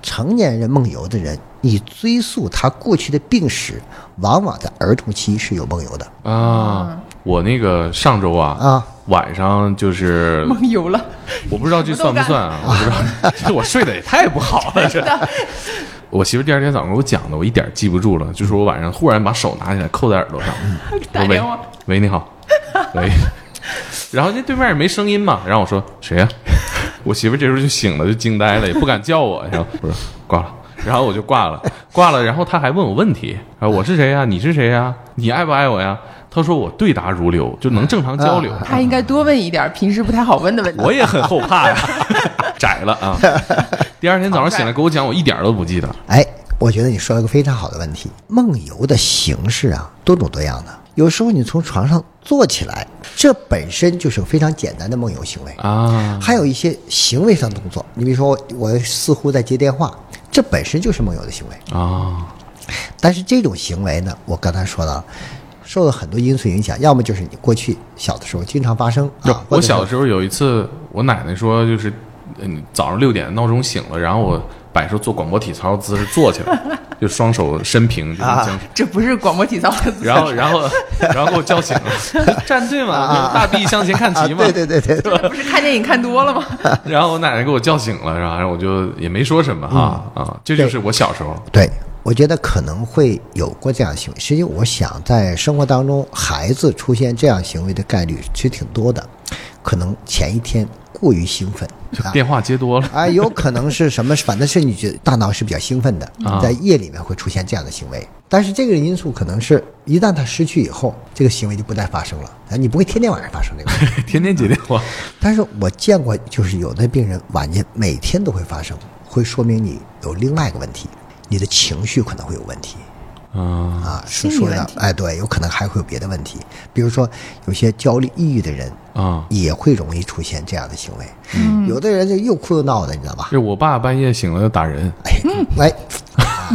Speaker 2: 成年人梦游的人，你追溯他过去的病史，往往在儿童期是有梦游的
Speaker 3: 啊，我那个上周啊，
Speaker 2: 啊。
Speaker 3: 晚上就是
Speaker 4: 梦游了。
Speaker 3: 我不知道这算不算啊，我不知道， 这我睡得也太不好 了，这。我媳妇第二天早上给我讲的，我一点儿记不住了。就是我晚上忽然把手拿起来扣在耳朵上，
Speaker 4: 打
Speaker 3: 我
Speaker 4: 电话
Speaker 3: 喂喂，你好，喂。 然后那对面也没声音嘛，然后我说谁呀、 我媳妇这时候就醒了，就惊呆了，也不敢叫我。然后我说挂了，然后我就挂了，挂了。然后她还问我问题，啊，我是谁呀、你是谁呀、你爱不爱我呀？她说我对答如流，就能正常交流。
Speaker 4: 他应该多问一点平时不太好问的问题。
Speaker 3: 我也很后怕呀、 窄了 啊。第二天早上醒来给我讲，我一点儿都不记得。
Speaker 2: 哎，我觉得你说了个非常好的问题。梦游的形式啊，多种多样的。有时候你从床上坐起来，这本身就是非常简单的梦游行为。
Speaker 3: 啊
Speaker 2: 还有一些行为上的动作，你比如说我，我似乎在接电话，这本身就是梦游的行为。
Speaker 3: 啊
Speaker 2: 但是这种行为呢，我刚才说了，受了很多因素影响，要么就是你过去小的时候经常发生啊，
Speaker 3: 我
Speaker 2: 或者是
Speaker 3: 小时候有一次，我奶奶说就是，嗯，早上六点闹钟醒了，然后我摆出做广播体操姿势坐起 来，就双手伸平，就是僵尸。
Speaker 4: 这不是广播体操的 姿势，
Speaker 3: 然后，然后，然后给我叫醒了， 啊站队嘛，大臂向前看
Speaker 2: 啊，
Speaker 3: 齐嘛
Speaker 2: 对。 对对对，
Speaker 4: 不是看电影看多了吗？
Speaker 3: 然后我奶奶给我叫醒了，然后然后我就也没说什么哈啊，这就是我小时候
Speaker 2: 对，我觉得可能会有过这样的行为。实际我想，在生活当中，孩子出现这样行为的概率其实挺多的，可能前一天过于兴奋啊。
Speaker 3: 电话接多了
Speaker 2: 啊，有可能是什么？反正是你觉得大脑是比较兴奋的，
Speaker 4: 啊
Speaker 2: 在夜里面会出现这样的行为。但是这个因素可能是一旦他失去以后，这个行为就不再发生了。啊，你不会天天晚上发生这个。
Speaker 3: 天天接电话
Speaker 2: 但是我见过，就是有的病人晚间每天都会发生，会说明你有另外一个问题，你的情绪可能会有问题
Speaker 3: 啊
Speaker 2: 啊。
Speaker 4: 心
Speaker 2: 是
Speaker 4: 理
Speaker 2: 说
Speaker 4: 问
Speaker 2: 的
Speaker 4: 题，
Speaker 2: 哎，对，有可能还会有别的问题，比如说有些焦虑、抑郁的人
Speaker 4: 哦
Speaker 3: 啊。
Speaker 2: 也会容易出现这样的行为。嗯，有的人就又哭又闹的，你知道吧？
Speaker 3: 这我爸半夜醒了就打人，
Speaker 2: 哎，
Speaker 4: 嗯
Speaker 2: 哎，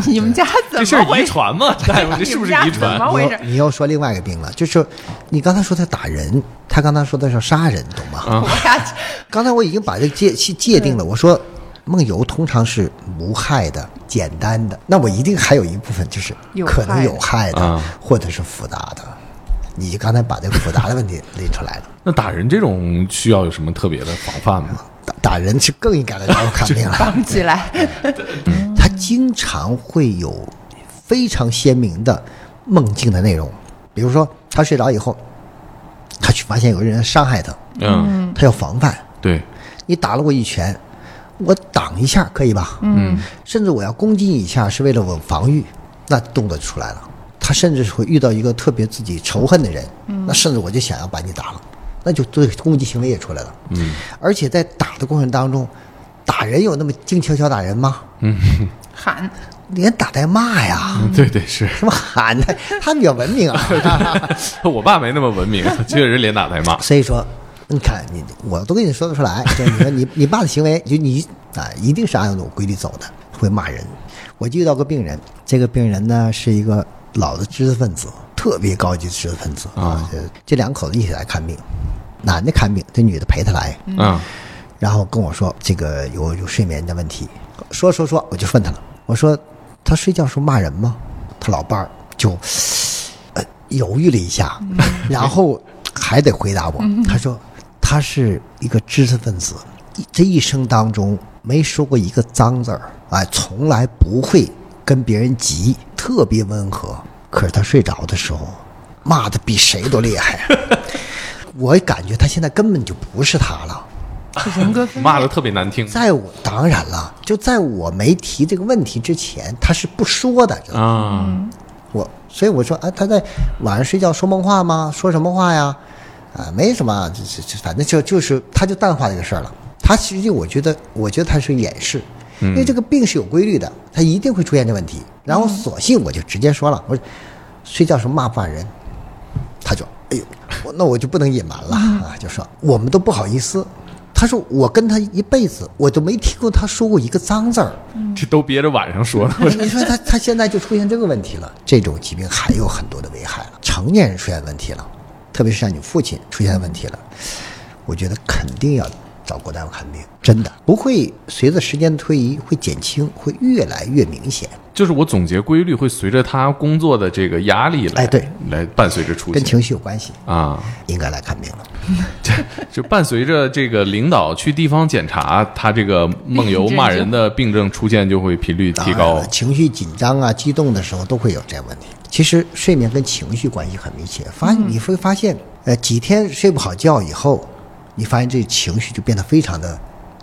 Speaker 4: 你们家
Speaker 3: 这
Speaker 4: 怎
Speaker 3: 事
Speaker 4: 么
Speaker 3: 儿遗
Speaker 4: 回事？
Speaker 3: 传 嘛？大夫，这是不是遗
Speaker 4: 你们家怎
Speaker 3: 传
Speaker 4: 么？
Speaker 2: 你
Speaker 4: 回事
Speaker 2: 又你又说另外一个病了，就是你刚才说他打人，他刚才说的是杀人，懂吗？
Speaker 4: 我俩
Speaker 2: 刚才我已经把这个界界界定了，我说梦游通常是无害的、简单的，那我一定还有一部分就是
Speaker 4: 有
Speaker 2: 可能有害
Speaker 3: 害
Speaker 2: 的，
Speaker 3: 的啊
Speaker 2: 或者是复杂的。你就刚才把这个复杂的问题 拎出来了，
Speaker 3: 那打人这种需要有什么特别的防范吗？
Speaker 2: 打打人是更应该来找我看病了。
Speaker 4: 绑起来，
Speaker 2: 他经常会有非常鲜明的梦境的内容，比如说他睡着以后，他去发现有个人伤害他，
Speaker 3: 嗯，
Speaker 2: 他要防范，
Speaker 3: 对，
Speaker 2: 你打了我一拳，我挡一下可以吧？嗯，甚至我要攻击你一下是为了我防御，那动作就出来了。他甚至是会遇到一个特别自己仇恨的人，那甚至我就想要把你打了，那就对攻击行为也出来了。嗯，而且在打的过程当中，打人有那么静悄悄打人吗？
Speaker 4: 喊
Speaker 2: 连打带骂呀，
Speaker 3: 对对是，
Speaker 2: 什么 喊的，他们比较文明啊。
Speaker 3: 我爸没那么文明，确实连打带骂。
Speaker 2: 所以说，你看你， 我都跟你说得出来，就你说你你爸的行为，就你啊，一定是按照我规律走的，会骂人。我就遇到个病人，这个病人呢是一个老的知识分子，特别高级的知识分子啊。这这两口子一起来看病，男的看病，这女的陪他来，
Speaker 3: 嗯
Speaker 2: 然后跟我说这个有有睡眠的问题，说说说，我就问他了，我说他睡觉时候骂人吗？他老伴儿就呃犹豫了一下，然后还得回答我，他说他是一个知识分子，一这一生当中没说过一个脏字儿，哎，从来不会跟别人急，特别温和，可是他睡着的时候骂的比谁都厉害，我感觉他现在根本就不是他了。
Speaker 4: 就人格分裂
Speaker 3: 嗯骂的特别难听
Speaker 2: 在我当然了，就在我没提这个问题之前，他是不说的。知道吗
Speaker 3: 啊，
Speaker 2: 我所以我说，啊，他在晚上睡觉说梦话吗？说什么话呀？啊，没什么，这这这，反正就就是，他就淡化这个事儿了。他实际我觉得，我觉得他是掩饰，因为这个病是有规律的，他一定会出现这问题。然后索性我就直接说了，我说睡觉时候骂不骂人？他就哎呦，我那我就不能隐瞒了啊，就说我们都不好意思。他说我跟他一辈子，我都没听过他说过一个脏字儿。
Speaker 3: 这都憋着晚上说的。
Speaker 2: 你说他他现在就出现这个问题了，这种疾病还有很多的危害了，成年人出现问题了，特别是像你父亲出现问题了，我觉得肯定要找国大夫看病，真的不会随着时间的推移会减轻，会越来越明显，
Speaker 3: 就是我总结规律会随着他工作的这个压力来，
Speaker 2: 哎对，
Speaker 3: 来伴随着出
Speaker 2: 跟
Speaker 3: 现
Speaker 2: 情绪有关系，
Speaker 3: 啊，
Speaker 2: 应该来看病了。
Speaker 3: 就伴随着这个领导去地方检查，他这个梦 游
Speaker 4: 病症
Speaker 3: 骂人的病症出现就会频率提
Speaker 2: 当
Speaker 3: 高
Speaker 2: 然了。啊情绪紧张啊、激动的时候都会有这个问题。其实睡眠跟情绪关系很密切，发
Speaker 4: 嗯
Speaker 2: 你会发现，呃，几天睡不好觉以后，你发现这情绪就变得非常的。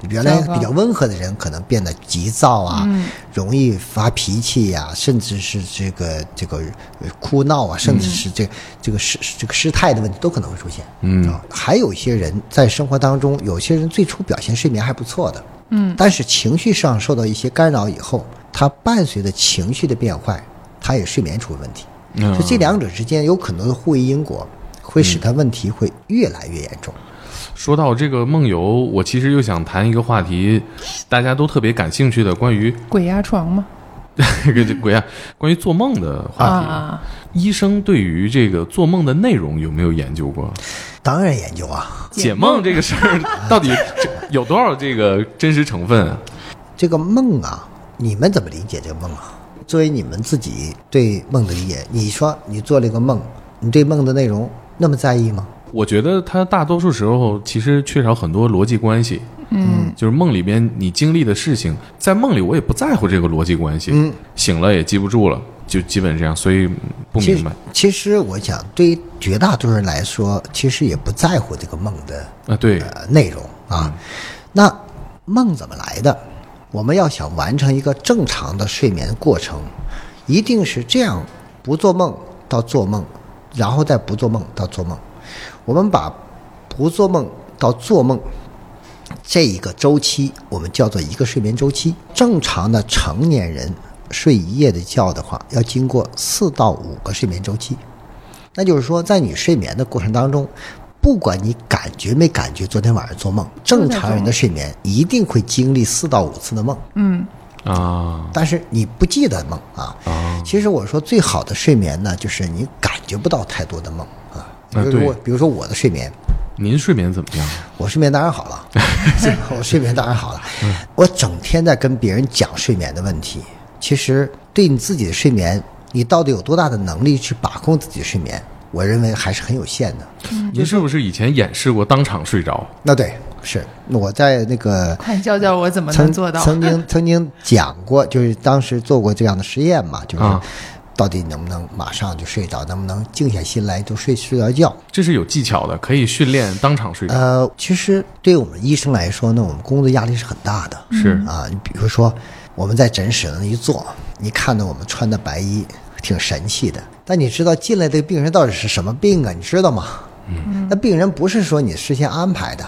Speaker 2: 原来
Speaker 4: 糟糕
Speaker 2: 比较温和的人，可能变得急躁啊，容易发脾气呀、甚至是这个这个呃哭闹啊，甚至是这这个失这个失态的问题都可能会出现。嗯、还有一些人在生活当中，有些人最初表现睡眠还不错的，嗯，但是情绪上受到一些干扰以后，它伴随着情绪的变坏，它也睡眠出问题。
Speaker 3: 嗯
Speaker 2: 所以这两者之间有很多的互为因果，会使它问题会越来越严重。
Speaker 3: 说到这个梦游，我其实又想谈一个话题，大家都特别感兴趣的关于
Speaker 4: 鬼压床嘛
Speaker 3: 这个这鬼啊，关于做梦的话题。
Speaker 4: 啊，
Speaker 3: 医生对于这个做梦的内容有没有研究过？
Speaker 2: 当然研究啊，
Speaker 3: 解梦这个事 儿到底这有多少这个真实成分啊？
Speaker 2: 这个梦啊，你们怎么理解这个梦啊？作为你们自己对梦的理解，你说你做了一个梦，你对梦的内容那么在意吗？
Speaker 3: 我觉得它大多数时候其实缺少很多逻辑关系。嗯，就是梦里边你经历的事情，在梦里我也不在乎这个逻辑关系。嗯，醒了也记不住了，就基本这样，所以不
Speaker 2: 其
Speaker 3: 明
Speaker 2: 实
Speaker 3: 白，
Speaker 2: 其实我想，对于绝大多数人来说，其实也不在乎这个梦的
Speaker 3: 啊。对，
Speaker 2: 呃内容
Speaker 3: 嗯
Speaker 2: 啊。那梦怎么来的？我们要想完成一个正常的睡眠过程，一定是这样：不做梦到做梦，然后再不做梦到做梦。我们把不做梦到做梦这一个周期，我们叫做一个睡眠周期。正常的成年人睡一夜的觉的话，要经过四到五个睡眠周期。那就是说，在你睡眠的过程当中，不管你感觉没感觉，昨天晚上做梦，正常人的睡眠一定会经历四到五次的梦，
Speaker 3: 嗯啊，
Speaker 2: 但是你不记得梦啊。
Speaker 3: 哦
Speaker 2: 其实我说最好的睡眠呢，就是你感觉不到太多的梦啊。比
Speaker 3: 啊
Speaker 2: 如说我
Speaker 3: 对
Speaker 2: 比如说我的睡眠，
Speaker 3: 您睡眠怎么样？
Speaker 2: 我睡眠当然好 了，我睡眠当然好了。
Speaker 4: 嗯
Speaker 2: 我整天在跟别人讲睡眠的问题，其实对你自己的睡眠，你到底有多大的能力去把控自己的睡眠，我认为还是很有限的。
Speaker 3: 您是不是以前演示过当场睡着？
Speaker 2: 那对，是我在那个
Speaker 4: 快教教我怎么能
Speaker 2: 曾
Speaker 4: 做到？
Speaker 2: 曾 经曾经讲过，就是当时做过这样的实验嘛，就是
Speaker 3: 啊
Speaker 2: 到底能不能马上就睡着，能不能静下心来就睡睡着觉。
Speaker 3: 这是有技巧的，可以训练当场睡着。
Speaker 2: 呃，其实对我们医生来说呢，我们工作压力是很大的。
Speaker 3: 是
Speaker 2: 啊，你比如说我们在诊室那一坐，你看到我们穿的白衣挺神气的，但你知道进来这个病人到底是什么病啊？你知道吗？嗯，那病人不是说你事先安排的，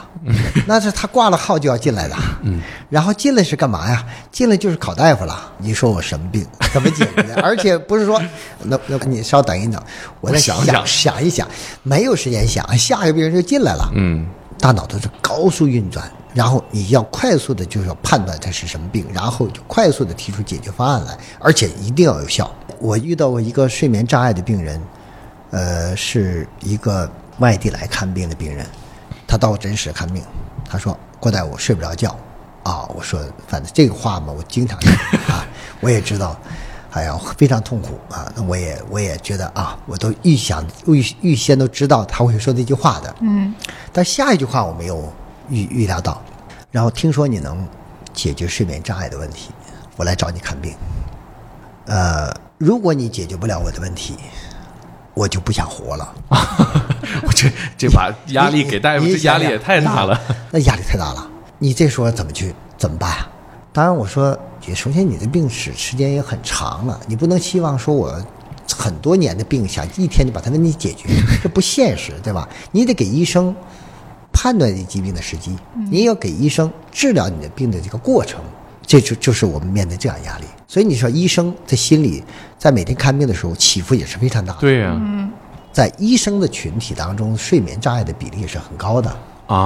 Speaker 2: 那是他挂了号就要进来的。嗯，然后进来是干嘛呀？进来就是考大夫了。你说我什么病？怎么解决？而且不是说，那那你稍等一等，我再
Speaker 3: 想
Speaker 2: 想
Speaker 3: 想
Speaker 2: 想一想，没有时间想，下一个病人就进来了。
Speaker 3: 嗯，
Speaker 2: 大脑都是高速运转，然后你要快速的就是要判断它是什么病，然后就快速的提出解决方案来，而且一定要有效。我遇到过一个睡眠障碍的病人，呃，是一个外地来看病的病人，他到我诊室看病，他说：“郭大夫，我睡不着觉。”啊，我说，反正这个话嘛，我经常说啊，我也知道，哎呀，非常痛苦啊。那我也我也觉得啊，我都预想预预先都知道他会说这句话的，嗯。但下一句话我没有预预料到，然后听说你能解决睡眠障碍的问题，我来找你看病。呃，如果你解决不了我的问题，我就不想活了。
Speaker 3: 我这这把压力给大夫，
Speaker 2: 你
Speaker 3: 这
Speaker 2: 你
Speaker 3: 压力
Speaker 2: 想
Speaker 3: 也
Speaker 2: 想
Speaker 3: 太大了。
Speaker 2: 那，那压力太大了。你这时候怎么去怎么办啊？当然，我说，也首先你的病史时间也很长了，你不能期望说我很多年的病想一天就把它问题解决，这不现实，对吧？你得给医生判断你疾病的时机，你也要给医生治疗你的病的这个过程。这就就是我们面对这样压力，所以你说医生在心里在每天看病的时候起伏也是非常大的。
Speaker 3: 对呀、
Speaker 2: 在医生的群体当中，睡眠障碍的比例也是很高的。
Speaker 3: 啊，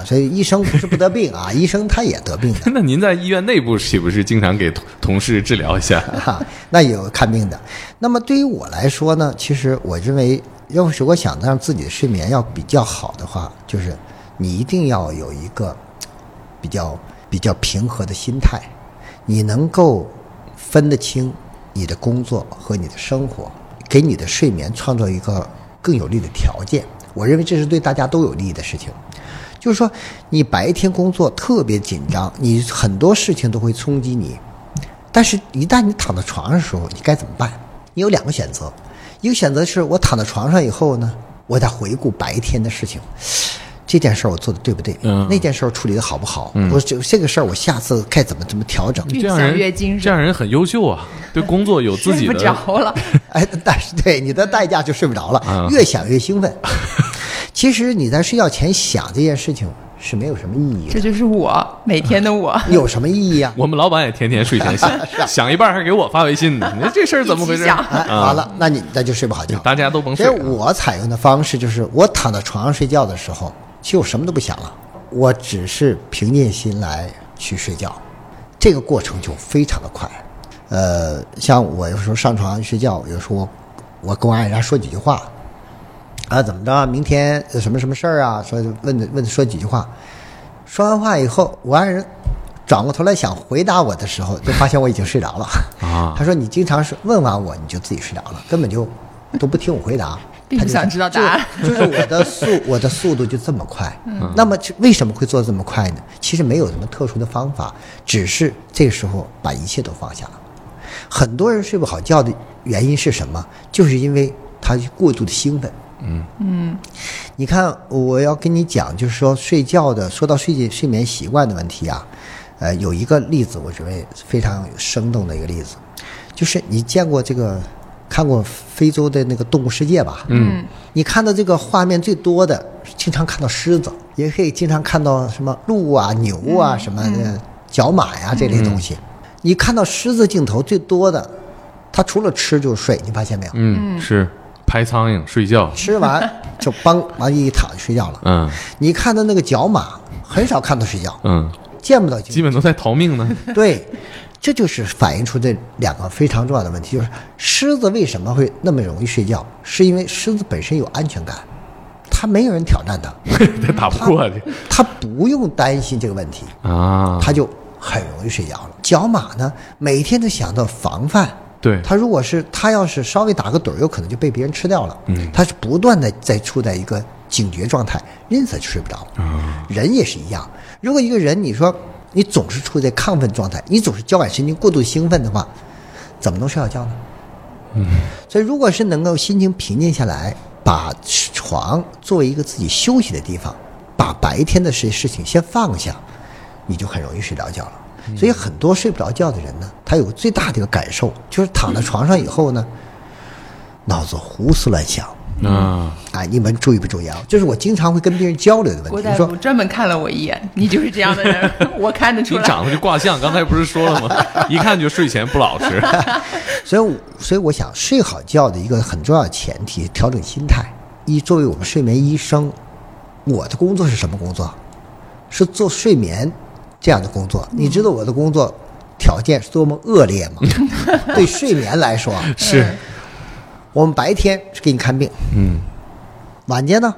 Speaker 2: 啊，所以医生不是不得病啊，医生他也得病的
Speaker 3: 那您在医院内部岂不是经常给同同事治疗一下？
Speaker 2: 啊，那也有看病的。那么对于我来说呢，其实我认为，要是我想让自己的睡眠要比较好的话，就是你一定要有一个比较比较平和的心态，你能够分得清你的工作和你的生活，给你的睡眠创造一个更有利的条件。我认为这是对大家都有利益的事情。就是说，你白天工作特别紧张，你很多事情都会冲击你，但是一旦你躺在床上的时候，你该怎么办？你有两个选择，一个选择是我躺在床上以后呢，我再回顾白天的事情，这件事儿我做的对不对？
Speaker 3: 嗯
Speaker 2: 那件事儿处理的好不好？我这这个事儿我下次该怎么怎么调整？
Speaker 4: 越
Speaker 3: 这样
Speaker 4: 想越
Speaker 3: 人
Speaker 4: 精
Speaker 3: 这
Speaker 4: 神，
Speaker 3: 样人很优秀啊，对工作有自己
Speaker 4: 睡不
Speaker 3: 的。
Speaker 4: 着了。
Speaker 2: 哎，但是对你的代价就睡不着了，越想越兴奋。 其实你在睡觉前想这件事情是没有什么意义
Speaker 4: 这
Speaker 2: 的，
Speaker 4: 就是我每天 的我。
Speaker 2: 有什么意义啊？
Speaker 3: 我们老板也天天睡前想， 想一半还给我发微信 呢。你说这事儿怎么回事
Speaker 4: 一起？想
Speaker 2: 哎，完了，那你那就睡不好觉。
Speaker 3: 大家都甭
Speaker 2: 所
Speaker 3: 睡
Speaker 2: 以
Speaker 3: 啊。
Speaker 2: 哎我采用的方式就是，我躺在床上睡觉的时候，其实我什么都不想了，我只是平静心来去睡觉，这个过程就非常的快。呃，像我有时候上床睡觉，有时候我我跟我爱人说几句话，啊，怎么着啊？明天有什么什么事儿啊？说问问说几句话，说完话以后，我爱人转过头来想回答我的时候，就发现我已经睡着了。
Speaker 3: 啊
Speaker 2: 他说你经常是问完我你就自己睡着了，根本就都不听我回答。
Speaker 4: 并
Speaker 2: 他
Speaker 4: 不
Speaker 2: 就
Speaker 4: 想知道答案嗯
Speaker 2: 就就是我的速，我的速度就这么快。那么这为什么会做这么快呢？其实没有什么特殊的方法，只是这个时候把一切都放下了。很多人睡不好觉的原因是什么？就是因为他过度的兴奋。
Speaker 4: 嗯
Speaker 2: 你看，我要跟你讲，就是说睡觉的，说到睡睡眠习惯的问题啊，呃，有一个例子，我认为非常生动的一个例子，就是你见过这个，看过非洲的那个动物世界吧？嗯，你看到这个画面最多的，经常看到狮子，也可以经常看到什么鹿啊、牛
Speaker 3: 嗯
Speaker 2: 啊、什么的角马呀、这类东西。你看到狮子镜头最多的，它除了吃就是睡，你发现没有？
Speaker 3: 嗯，是拍苍蝇睡觉。
Speaker 2: 吃 完就梆往一躺就睡觉了。
Speaker 3: 嗯
Speaker 2: 你看到那个角马，很少看到睡觉，
Speaker 3: 嗯，
Speaker 2: 见不 到
Speaker 3: 基
Speaker 2: 角。
Speaker 3: 本都在逃命呢。
Speaker 2: 对，这就是反映出这两个非常重要的问题，就是狮子为什么会那么容易睡觉，是因为狮子本身有安全感，它没有人挑战它，
Speaker 3: 他打不过去
Speaker 2: 它不用担心这个问题，
Speaker 3: 啊。
Speaker 2: 它就很容易睡觉了。角马呢，每天都想到防范。
Speaker 3: 对
Speaker 2: 它如果是它要是稍微打个盹儿，有可能就被别人吃掉了。嗯，它是不断的在处在一个警觉状态，因此就睡不着。人也是一样，如果一个人你说你总是处在亢奋状态，你总是交感神经过度兴奋的话，怎么能睡好觉呢？嗯，所以如果是能够心情平静下来，把床作为一个自己休息的地方，把白天的事事情先放下，你就很容易睡着觉了。所以很多睡不着觉的人呢，他有个最大的一个感受就是躺在床上以后呢，脑子胡思乱想。
Speaker 3: 啊，
Speaker 2: 哎，你们注意不注意啊？这是我经常会跟别人交流的问
Speaker 4: 郭
Speaker 2: 题。
Speaker 4: 大
Speaker 2: 你说
Speaker 4: 夫专门看了我一眼，你就是这样的人， 我看得出
Speaker 3: 你
Speaker 4: 来。
Speaker 3: 长得就卦象，刚才不是说了 吗？一看就睡前不老实。
Speaker 2: 所以我，所以我想，睡好觉的一个很重要的前提，调整心态。一，作为我们睡眠医生，我的工作是什么工作？是做睡眠这样的工作。你知道我的工作条件是多么恶劣吗？对睡眠来说，
Speaker 3: 是
Speaker 2: 我们白天是给你看病，
Speaker 3: 嗯，
Speaker 2: 晚间呢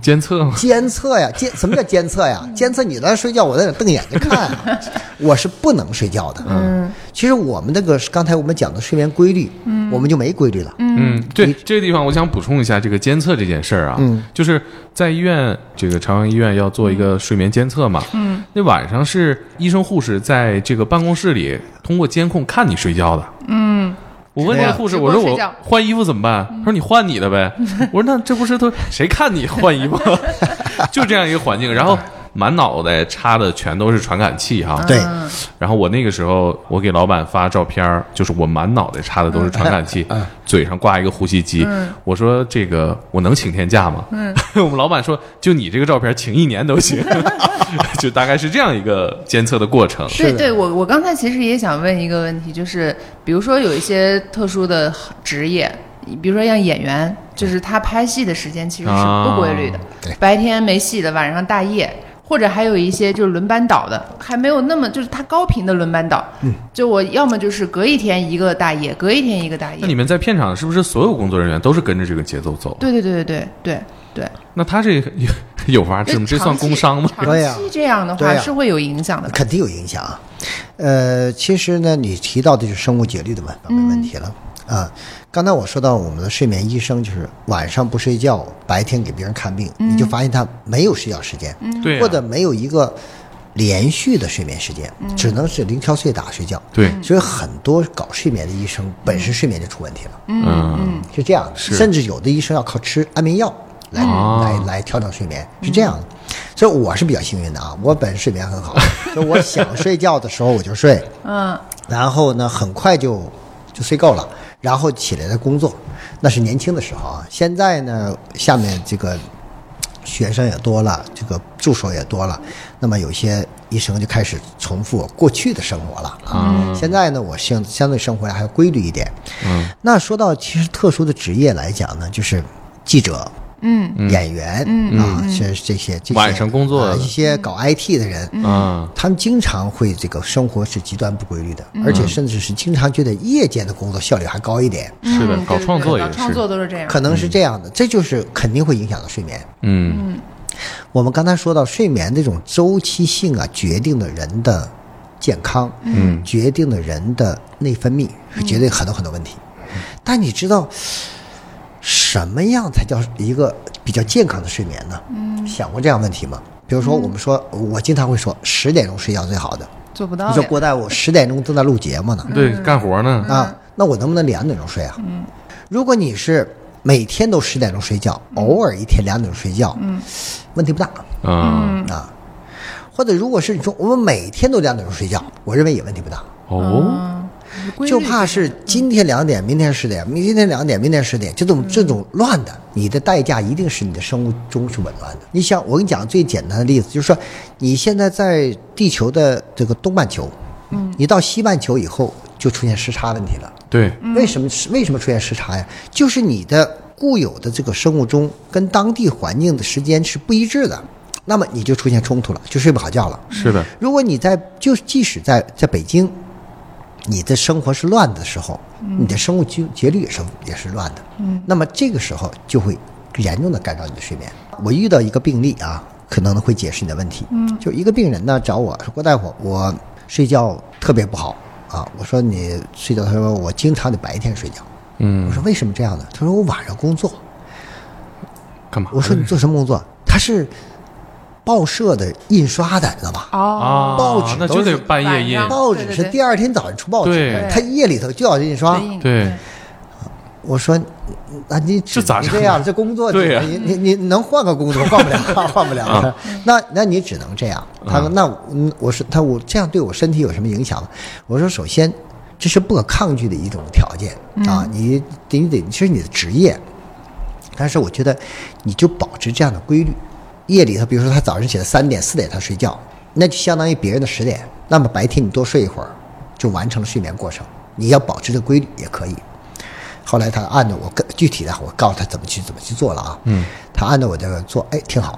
Speaker 3: 监测嘛，
Speaker 2: 监测呀，监什么叫监测 呀？监测你在那睡觉，我在那瞪眼睛看啊，我是不能睡觉的。嗯，其实我们那个刚才我们讲的睡眠规律，嗯，我们就没规律了。
Speaker 3: 嗯，对这个地方，我想补充一下这个监测这件事儿啊，就是在医院这个朝阳医院要做一个睡眠监测嘛，嗯，那晚上是医生护士在这个办公室里通过监控看你睡觉的，嗯。我问那个护士，
Speaker 4: 直
Speaker 3: 我
Speaker 4: 播
Speaker 3: 说
Speaker 4: 睡
Speaker 3: 我
Speaker 4: 觉嗯
Speaker 3: 换衣服怎么办？他说你换你的 呗。我说那这不是都谁看你换衣服？ 就这样一个环境，然后满脑袋插的全都是传感器
Speaker 4: 嗯
Speaker 3: 哈。
Speaker 2: 对，
Speaker 3: 然后我那个时候，我给老板发照片儿，就是我满脑袋插的都是传感器，
Speaker 4: 嗯
Speaker 3: 嘴上挂一个呼吸机。我说这个我能请天假吗？
Speaker 4: 嗯
Speaker 3: 我们老板说，就你这个照片，请一年都 行。就大概是这样一个监测的过程。
Speaker 4: 对对，我我刚才其实也想问一个问题，就是比如说有一些特殊的职业，比如说像演员，就是他拍戏的时间其实是不规律的，
Speaker 3: 啊
Speaker 2: 对
Speaker 4: 白天没戏的，晚上大夜。或者还有一些就是轮班倒的，还没有那么就是他高频的轮班倒，
Speaker 3: 嗯
Speaker 4: 就我要么就是隔一天一个大夜，隔一天一个大夜
Speaker 3: 那，你们在片场是不是所有工作人员都是跟着这个节奏走？
Speaker 4: 对对对对对对对，
Speaker 3: 那他这个有法治吗？啊这算工伤吗？
Speaker 4: 长
Speaker 2: 对呀
Speaker 4: 期这样的话
Speaker 2: 对呀
Speaker 4: 是会有影响的吧？
Speaker 2: 肯定有影响啊。呃，其实呢，你提到的就是生物节律的问方面问题了、啊。刚才我说到我们的睡眠医生就是晚上不睡觉，白天给别人看病，你就发现他没有睡觉时间，
Speaker 3: 对啊
Speaker 2: 或者没有一个连续的睡眠时间，只能是零敲碎打睡觉。
Speaker 3: 嗯对，
Speaker 2: 所以很多搞睡眠的医生本身睡眠就出问题了，
Speaker 3: 嗯，
Speaker 2: 是这样的。甚至有的医生要靠吃安眠药来、来来调整睡眠，是这样的。所以我是比较幸运的啊，我本身睡眠很好，所以我想睡觉的时候我就睡，
Speaker 4: 嗯，
Speaker 2: 然后呢很快就就睡够了，然后起来再工作，那是年轻的时候啊。现在呢，下面这个学生也多了，这个助手也多了，那么有些医生就开始重复我过去的生活了啊。现在呢，我相相对生活还要规律一点。嗯，那说到其实特殊的职业来讲呢，就是记者。嗯，演员啊，是这些这些
Speaker 3: 晚上工作
Speaker 2: 啊
Speaker 3: 的
Speaker 2: 一些搞 IT 的人，
Speaker 3: 啊，
Speaker 2: 他们经常会这个生活是极端不规律的，而且甚至是经常觉得夜间的工作效率还高一点，
Speaker 3: 是的
Speaker 4: 嗯，
Speaker 3: 搞
Speaker 4: 对对
Speaker 3: 创
Speaker 4: 对
Speaker 3: 作
Speaker 4: 搞
Speaker 3: 也是
Speaker 4: 创作都是这样，
Speaker 2: 可能是这样的，这就是肯定会影响到睡眠。
Speaker 3: 嗯，
Speaker 2: 我们刚才说到睡眠这种周期性啊，决定了人的健康，嗯，决定了人的内分泌，是决定很多很多问题。但你知道什么样才叫一个比较健康的睡眠呢？嗯，想过这样问题吗？比如说，我们说，我经常会说，十点钟睡觉最好的。
Speaker 4: 做不到
Speaker 2: 你
Speaker 4: 的
Speaker 2: 说郭大夫，我十点钟正在录节目呢，
Speaker 4: 嗯
Speaker 3: 对，干活呢，
Speaker 2: 啊，那我能不能两点钟睡啊？嗯，如果你是每天都十点钟睡觉，偶尔一天两点钟睡觉，嗯，问题不大
Speaker 4: 嗯
Speaker 3: 啊，
Speaker 2: 啊。或者如果是你说我们每天都两点钟睡觉，我认为也问题不大，
Speaker 3: 哦，
Speaker 4: 嗯，规律
Speaker 2: 就怕是今天两点，明天十点，明天两点，明天十点，这
Speaker 4: 嗯
Speaker 2: 种这种乱的，你的代价一定是你的生物钟是紊乱的。你想，我跟你讲最简单的例子，就是说你现在在地球的这个东半球，嗯，你到西半球以后就出现时差问题了。
Speaker 3: 对，
Speaker 2: 为什么是为什么出现时差呀？就是你的固有的这个生物钟跟当地环境的时间是不一致的，那么你就出现冲突了，就睡不好觉了。
Speaker 3: 是的，
Speaker 2: 如果你在就即使在在北京，你的生活是乱的时候，你的生物节节律也是也是乱的。嗯，那么这个时候就会严重的干扰你的睡眠。我遇到一个病例啊，可能会解释你的问题。嗯，就一个病人呢找我说郭大夫，我睡觉特别不好啊。我说你睡觉，他说我经常得白天睡觉。
Speaker 3: 嗯
Speaker 2: 我，说为什么这样呢？他说我晚上工作。
Speaker 3: 干嘛？
Speaker 2: 我说你做什么工作？他是报社的印刷的，知道吧？
Speaker 4: 哦，
Speaker 3: 啊，
Speaker 2: 报纸
Speaker 3: 那
Speaker 2: 都
Speaker 3: 就是得半夜印
Speaker 4: 晚，上
Speaker 2: 报
Speaker 4: 对
Speaker 2: 纸
Speaker 4: 对
Speaker 2: 是
Speaker 4: 对
Speaker 2: 第二天早上出报
Speaker 3: 对
Speaker 2: 纸，他夜里头就要印刷
Speaker 4: 所。以
Speaker 3: 对，
Speaker 2: 我说，那你只
Speaker 3: 这咋
Speaker 2: 能
Speaker 3: 整
Speaker 2: 这样？这工作，
Speaker 3: 对呀啊
Speaker 2: 你你你你能换个工作，换不了， 换不了。那那你只能这样。他说，那我嗯我说他我这样对我身体有什么影响吗？我说，首先这是不可抗拒的一种条件啊，你得你得这是你的职业，但是我觉得你就保持这样的规律，夜里头，比如说他早上起来三点四点他睡觉，那就相当于别人的十点，那么白天你多睡一会儿，就完成了睡眠过程。你要保持这个规律也可以。后来他按照我跟具体的，我告诉他怎么去怎么去做了啊。嗯，他按照我这个做，哎，挺好。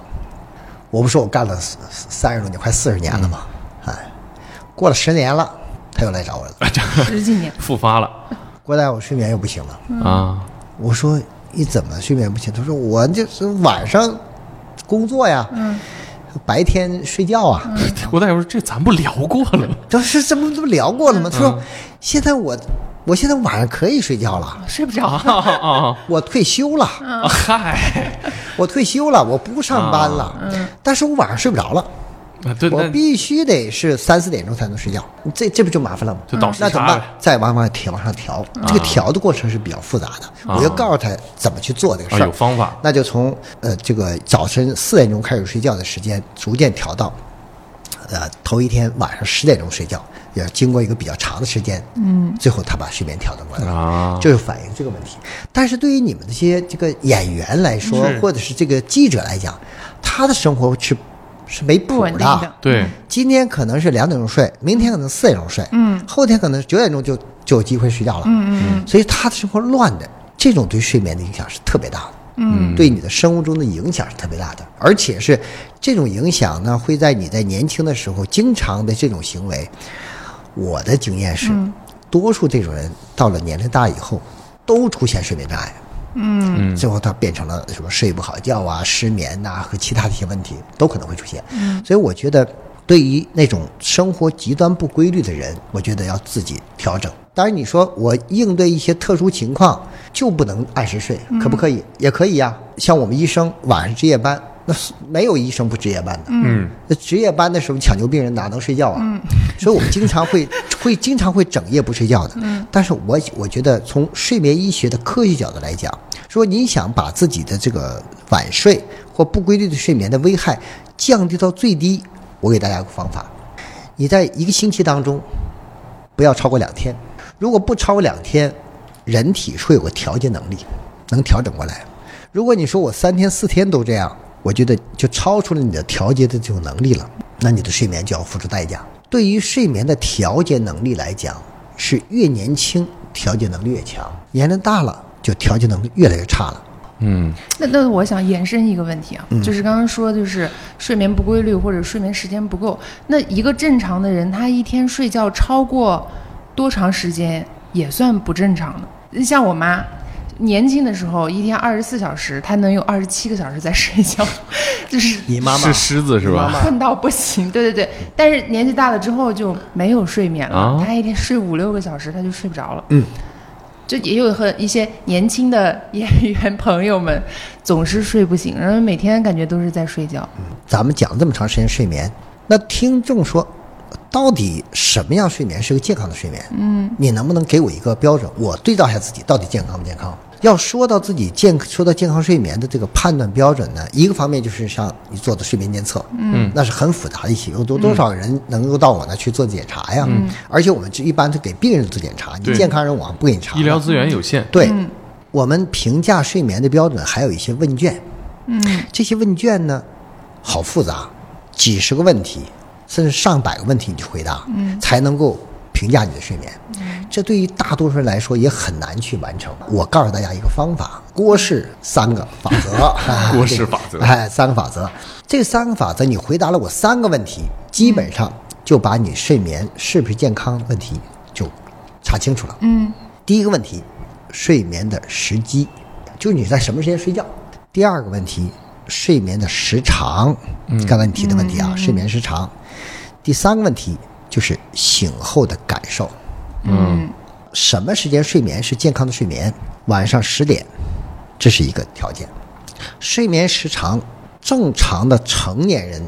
Speaker 2: 我不说我干了三十多年，快四十年了嘛，哎，过了十年了，他又来找我了。
Speaker 4: 十几年，
Speaker 3: 复发了
Speaker 2: 郭大夫，我睡眠又不行了。
Speaker 3: 啊，
Speaker 2: 我说你怎么睡眠不行？他说我就是晚上工作呀，白天睡觉啊。
Speaker 3: 郭大夫说这咱不聊过了吗？
Speaker 2: 这是这不这不聊过了吗？他说现在我我现在晚上可以睡觉了，
Speaker 4: 睡不着。
Speaker 3: 啊啊
Speaker 2: 我退休了，
Speaker 3: 啊！嗨，
Speaker 2: 我退休了，我不上班了，但是我晚上睡不着了。
Speaker 3: 啊对，
Speaker 2: 我
Speaker 3: 啊那
Speaker 2: 必须得是三四点钟才能睡觉，这这不就麻烦了吗？
Speaker 3: 就倒时
Speaker 2: 那怎么
Speaker 3: 差
Speaker 2: 办
Speaker 3: 呗？啊
Speaker 2: 再往往调往上调，这个调的过程是比较复杂的。我就告诉他怎么去做这个
Speaker 3: 啊
Speaker 2: 事儿，
Speaker 3: 有方法
Speaker 2: 那就从呃这个早晨四点钟开始睡觉的时间，逐渐调到呃头一天晚上十点钟睡觉，也经过一个比较长的时间，嗯，最后他把睡眠调整过来了。
Speaker 3: 啊，
Speaker 2: 嗯就是反映这个问题。但是对于你们这些这个演员来说，
Speaker 3: 是
Speaker 2: 或者是这个记者来讲，他的生活是是没
Speaker 4: 不
Speaker 2: 谱
Speaker 4: 稳定的
Speaker 3: 对，
Speaker 2: 今天可能是两点钟睡，明天可能四点钟睡，嗯，后天可能九点钟就就有机会睡觉了，嗯嗯，所以他的生活乱的，这种对睡眠的影响是特别大的，嗯，对你的生物钟的影响是特别大的，而且是这种影响呢，会在你在年轻的时候经常的这种行为，我的经验是，多数这种人到了年龄大以后，都出现睡眠障碍，嗯，最后他变成了什么睡不好觉啊、失眠呐、和其他的一些问题都可能会出现。所以我觉得对于那种生活极端不规律的人，我觉得要自己调整。当然，你说我应对一些特殊情况就不能按时睡，可不可以？也可以呀、啊像我们医生晚上值夜班，那是没有医生不值夜班的。
Speaker 3: 嗯，
Speaker 2: 那值夜班的时候抢救病人哪能睡觉啊？所以我们经常会会经常会整夜不睡觉的。但是我我觉得从睡眠医学的科学角度来讲，说你想把自己的这个晚睡或不规律的睡眠的危害降低到最低，我给大家一个方法，你在一个星期当中不要超过两天，如果不超过两天，人体是会有个调节能力，能调整过来。如果你说我三天四天都这样，我觉得就超出了你的调节的这种能力了，那你的睡眠就要付出代价。对于睡眠的调节能力来讲，是越年轻调节能力越强，年龄大了就调节能力越来越差了。
Speaker 3: 嗯，
Speaker 4: 那那我想延伸一个问题啊，就是刚刚说就是睡眠不规律或者睡眠时间不够，那一个正常的人他一天睡觉超过多长时间也算不正常的？像我妈。年轻的时候，一天二十四小时，她能有二十七个小时在睡觉， 就是
Speaker 2: 你妈
Speaker 3: 是狮子是吧？
Speaker 4: 困到不行。对对对，但是年纪大了之后就没有睡眠了，
Speaker 3: 啊
Speaker 4: 他一天睡五六个小时，他就睡不着了。嗯，就也有和一些年轻的演员朋友们总是睡不醒，然后每天感觉都是在睡觉。
Speaker 2: 咱们讲这么长时间睡眠，那听众说，到底什么样睡眠是个健康的睡眠？嗯，你能不能给我一个标准？我对照一下自己到底健康不健康？要说到自己健，说到健康睡眠的这个判断标准呢，一个方面就是像你做的睡眠监测，嗯，那是很复杂的一些，有多多少人能够到我那去做检查呀？嗯，而且我们一般是给病人做检查，你
Speaker 3: 对
Speaker 2: 健康人我不给你查的，
Speaker 3: 医疗资源有限，，
Speaker 2: 对，我们评价睡眠的标准还有一些问卷，嗯，这些问卷呢，好复杂，几十个问题，甚至上百个问题你去回答，嗯，才能够评价你的睡眠。这对于大多数人来说也很难去完成。我告诉大家一个方法，郭氏三个法则
Speaker 3: 郭氏法则
Speaker 2: 哎，三个法则，这三个法则你回答了我三个问题，基本上就把你睡眠是不是健康问题就查清楚了。嗯，第一个问题，睡眠的时机，就是你在什么时间睡觉。第二个问题，睡眠的时长，刚才你提的问题啊，睡眠时长。第三个问题就是醒后的感受，
Speaker 3: 嗯
Speaker 2: 什么时间睡眠是健康的睡眠？晚上十点，这是一个条件。睡眠时长，正常的成年人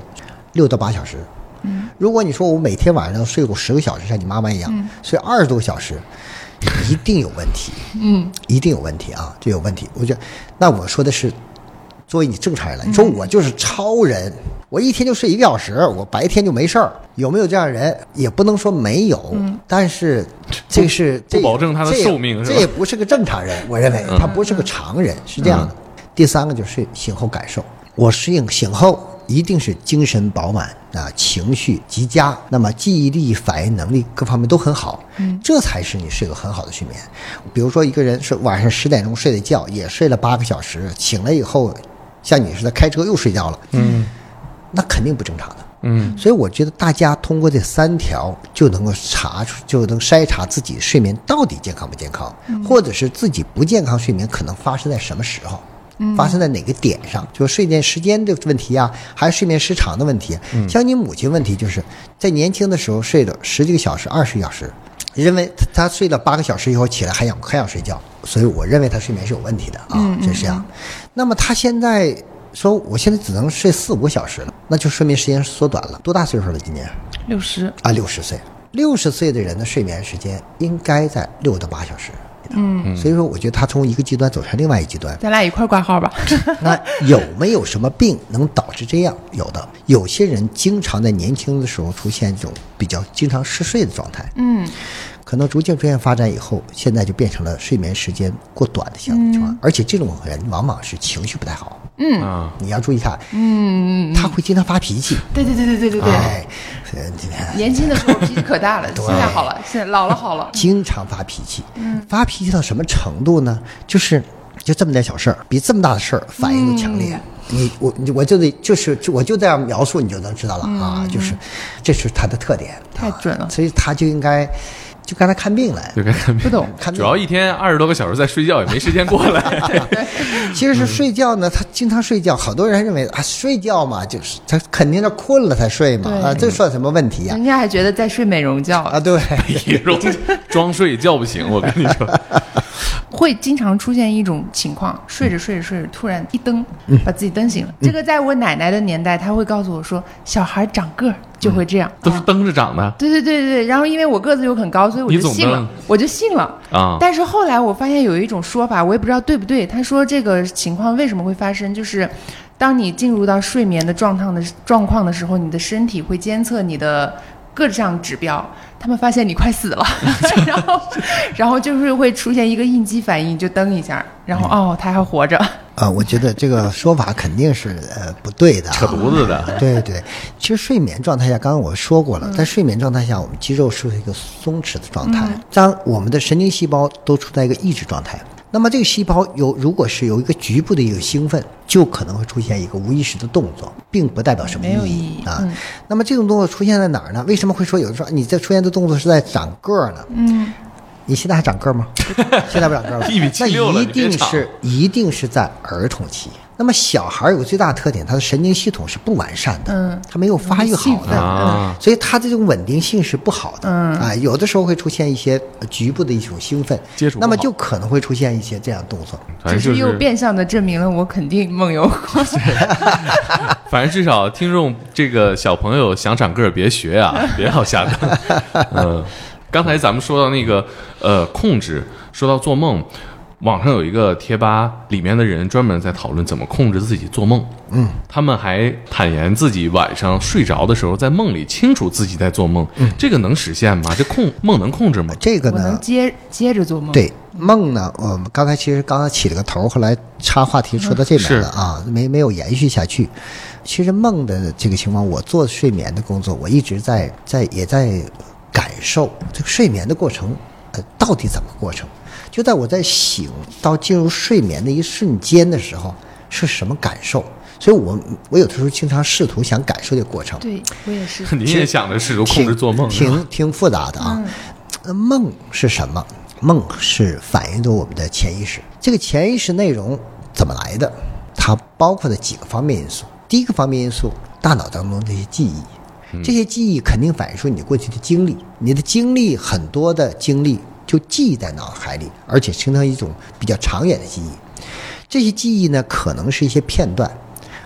Speaker 2: 六到八小时。
Speaker 3: 嗯
Speaker 2: 如果你说我每天晚上睡够十个小时，像你妈妈一样、睡二十多个小时，一定有问题。嗯，一定有问题啊，这有问题。我觉得，那我说的是，作为你正常人来说，
Speaker 3: 嗯
Speaker 2: 我就是超人，我一天就睡一个小时，我白天就没事儿。有没有这样的人？也不能说没有，但是这是
Speaker 3: 嗯不
Speaker 2: 这
Speaker 3: 保证他的
Speaker 2: 这也
Speaker 3: 寿命是吧
Speaker 2: 这也不是个正常人，我认为他不是个常人，是这样的。第三个就是醒后感受，我适应醒后一定是精神饱满啊，情绪极佳，那么记忆力、反应能力各方面都很好，这才是你是一个很好的睡眠。比如说一个人是晚上十点钟睡的觉，也睡了八个小时，醒了以后，像你似的开车又睡觉了，嗯，那肯定不正常的。
Speaker 5: 嗯
Speaker 2: 所以我觉得大家通过这三条就能够查出，就能筛查自己睡眠到底健康不健康，或者是自己不健康睡眠可能发生在什么时候。发生在哪个点上？就是睡眠时间的问题呀、啊还是睡眠时长的问题、啊像你母亲问题，就是在年轻的时候睡了十几个小时、二十个小时，认为她她睡了八个小时以后起来还想还想睡觉，所以我认为她睡眠是有问题的啊，这是这样。那么她现在说我现在只能睡四五个小时了，那就睡眠时间缩短了。多大岁数了？今年
Speaker 4: 六十，
Speaker 2: 啊，六十岁。六十岁的人的睡眠时间应该在六到八小时。嗯，所以说我觉得他从一个极端走向另外一极 端。
Speaker 4: 咱俩一块儿挂号吧。
Speaker 2: 那有没有什么病能导致这样？有的，有些人经常在年轻的时候出现这种比较经常嗜睡的状态。
Speaker 4: 嗯，
Speaker 2: 可能逐渐逐渐发展以后，现在就变成了睡眠时间过短的相情况，而且这种人往往是情绪不太好。
Speaker 3: 嗯
Speaker 5: 啊，
Speaker 2: 你要注意看，嗯，他会经常发脾气。
Speaker 4: 对对对对对对对。
Speaker 2: 哎，呃这个
Speaker 4: 年轻的时候脾气可 大了，现在好了，现在老了好了。
Speaker 2: 经常发脾气，
Speaker 4: 嗯
Speaker 2: 发脾气到什么程度呢？就是就这么点小事儿，比这么大的事儿反应都强烈。
Speaker 4: 嗯
Speaker 2: 你我你我就得就是就我就这样描述，你就能知道了啊，就是这是他的特点，
Speaker 4: 嗯太准了
Speaker 2: 啊所以他就应该就该来看病来。
Speaker 3: 就该看病。
Speaker 4: 不懂，
Speaker 2: 看
Speaker 3: 主
Speaker 2: 病
Speaker 3: 要一天二十多个小时在睡觉，也没时间过 来。
Speaker 2: 其实
Speaker 3: 嗯
Speaker 2: 是睡觉呢，他经常睡觉，好多人认为啊，睡觉嘛，就是他肯定是困了才睡嘛，
Speaker 4: 对嗯
Speaker 2: 啊，这算什么问题呀、
Speaker 4: 人家还觉得在睡美容
Speaker 2: 啊？
Speaker 4: 觉，
Speaker 2: 对，
Speaker 3: 也容易装睡也叫不醒，我跟你说。
Speaker 4: 会经常出现一种情况，睡
Speaker 3: 嗯
Speaker 4: 着睡着睡着，突然一蹬，把自己蹬醒了。这个在我奶奶的年代，她会告诉我说，小孩长个儿就会这样。
Speaker 3: 都是蹬着长的
Speaker 4: 对对对对，然后因为我个子又很高，所以我
Speaker 3: 你
Speaker 4: 就
Speaker 3: 总
Speaker 4: 信了
Speaker 3: 能，
Speaker 4: 我就信了。
Speaker 3: 啊，
Speaker 4: 但是后来我发现有一种说法，我也不知道对不对。他说这个情况为什么会发生，就是当你进入到睡眠的状况的状况的时候，你的身体会监测你的各项指标。他们发现你快死 了，然后，然后就是会出现一个应激反应，就蹬一下，然后哦，他还活着。
Speaker 2: 啊，我觉得这个说法肯定是呃不对的、啊，
Speaker 3: 扯犊子的。
Speaker 2: 对对，其实睡眠状态下，刚刚我说过
Speaker 4: 嗯
Speaker 2: 了，在睡眠状态下，我们肌肉是一个松弛的状态，
Speaker 4: 嗯
Speaker 2: 当我们的神经细胞都处在一个抑制状态。那么这个细胞有，如果是有一个局部的一个兴奋，就可能会出现一个无意识的动作，并不代表什么
Speaker 4: 没有
Speaker 2: 意
Speaker 4: 意义
Speaker 2: 啊。
Speaker 4: 嗯
Speaker 2: 那么这种动作出现在哪儿呢？为什么会说有人说你这出现的动作是在长个儿呢？
Speaker 4: 嗯，
Speaker 2: 你现在还长个儿 吗？现在不长个儿 了，
Speaker 3: 一米七六
Speaker 2: 那
Speaker 3: 了
Speaker 2: 一
Speaker 3: 你别
Speaker 2: 定
Speaker 3: 长
Speaker 2: 是一定是在儿童期。那么小孩儿有个最大的特点，他的神经系统是不完善的，
Speaker 4: 嗯
Speaker 2: 他没有发育好
Speaker 4: 容易兴奋
Speaker 2: 的，嗯
Speaker 3: 啊
Speaker 2: 所以他这种稳定性是不好的，嗯啊，有的时候会出现一些呃局部的一种兴奋
Speaker 3: 接触不
Speaker 2: 那么
Speaker 3: 好
Speaker 2: 就可能会出现一些这样的动作。
Speaker 3: 反
Speaker 4: 只
Speaker 3: 正就是
Speaker 4: 又变相的证明了我肯定梦游过。
Speaker 3: 反正至少听众这个小朋友想长个儿别学啊， 别老瞎整。嗯，刚才咱们说到那个呃控制，说到做梦，网上有一个贴吧，里面的人专门在讨论怎么控制自己做梦。嗯，他们还坦言自己晚上睡着的时候在梦里清楚自己在做梦，
Speaker 2: 嗯
Speaker 3: 这个能实现吗？这控梦能控制吗？
Speaker 2: 呃这个
Speaker 4: 我能
Speaker 2: 呢，
Speaker 4: 接接着
Speaker 3: 嗯
Speaker 4: 做梦。，
Speaker 2: 对梦呢，我们刚才其实刚刚起了个头，后来插话题说到这边了啊，没没有延续下去。其实梦的这个情况，我做睡眠的工作，我一直在在也在感受这个睡眠的过程，呃，到底怎么过程？就在我在醒到进入睡眠的一瞬间的时候，是什么感受？所以我我有的时候经常试图想感受这个过程，
Speaker 4: 对我 也是。
Speaker 3: 你也想着试图控
Speaker 2: 挺
Speaker 3: 制做梦是吧
Speaker 2: 挺挺复杂的
Speaker 4: 嗯
Speaker 2: 啊。那梦是什么？梦是反映着我们的潜意识。这个潜意识内容怎么来的？它包括的几个方面因素。第一个方面因素，大脑当中的一些记忆。这些记忆肯定反映出你过去的经历，你的经历很多的经历就记忆在脑海里，而且形成一种比较长远的记忆。这些记忆呢，可能是一些片段，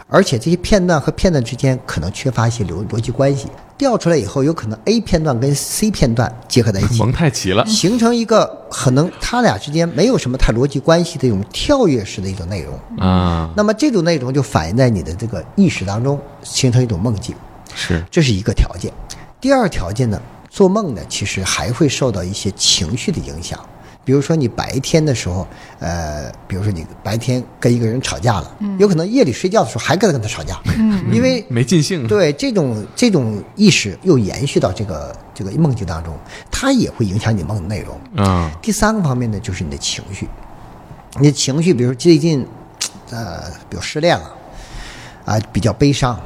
Speaker 2: 而且这些片段和片段之间可能缺乏一些逻逻辑关系。调出来以后，有可能 A 片段跟 C 片段结合在一起，
Speaker 3: 蒙太奇了。
Speaker 2: 形成一个可能它俩之间没有什么太逻辑关系的一种跳跃式的一种内容。
Speaker 3: 啊，
Speaker 2: 那么这种内容就反映在你的这个意识当中，形成一种梦境。
Speaker 3: 是
Speaker 2: 这是一个条件。第二条件呢，做梦呢，其实还会受到一些情绪的影响。比如说你白天的时候，呃，比如说你白天跟一个人吵架了，有可能夜里睡觉的时候还跟他跟他吵架， 因为
Speaker 3: 没尽兴。
Speaker 2: 对这种这种意识又延续到这个这个梦境当中，它也会影响你梦的内容。
Speaker 3: 啊，
Speaker 2: 第三个方面呢，就是你的情绪，你的情绪，比如最近，呃，比如失恋了，啊、比较悲伤，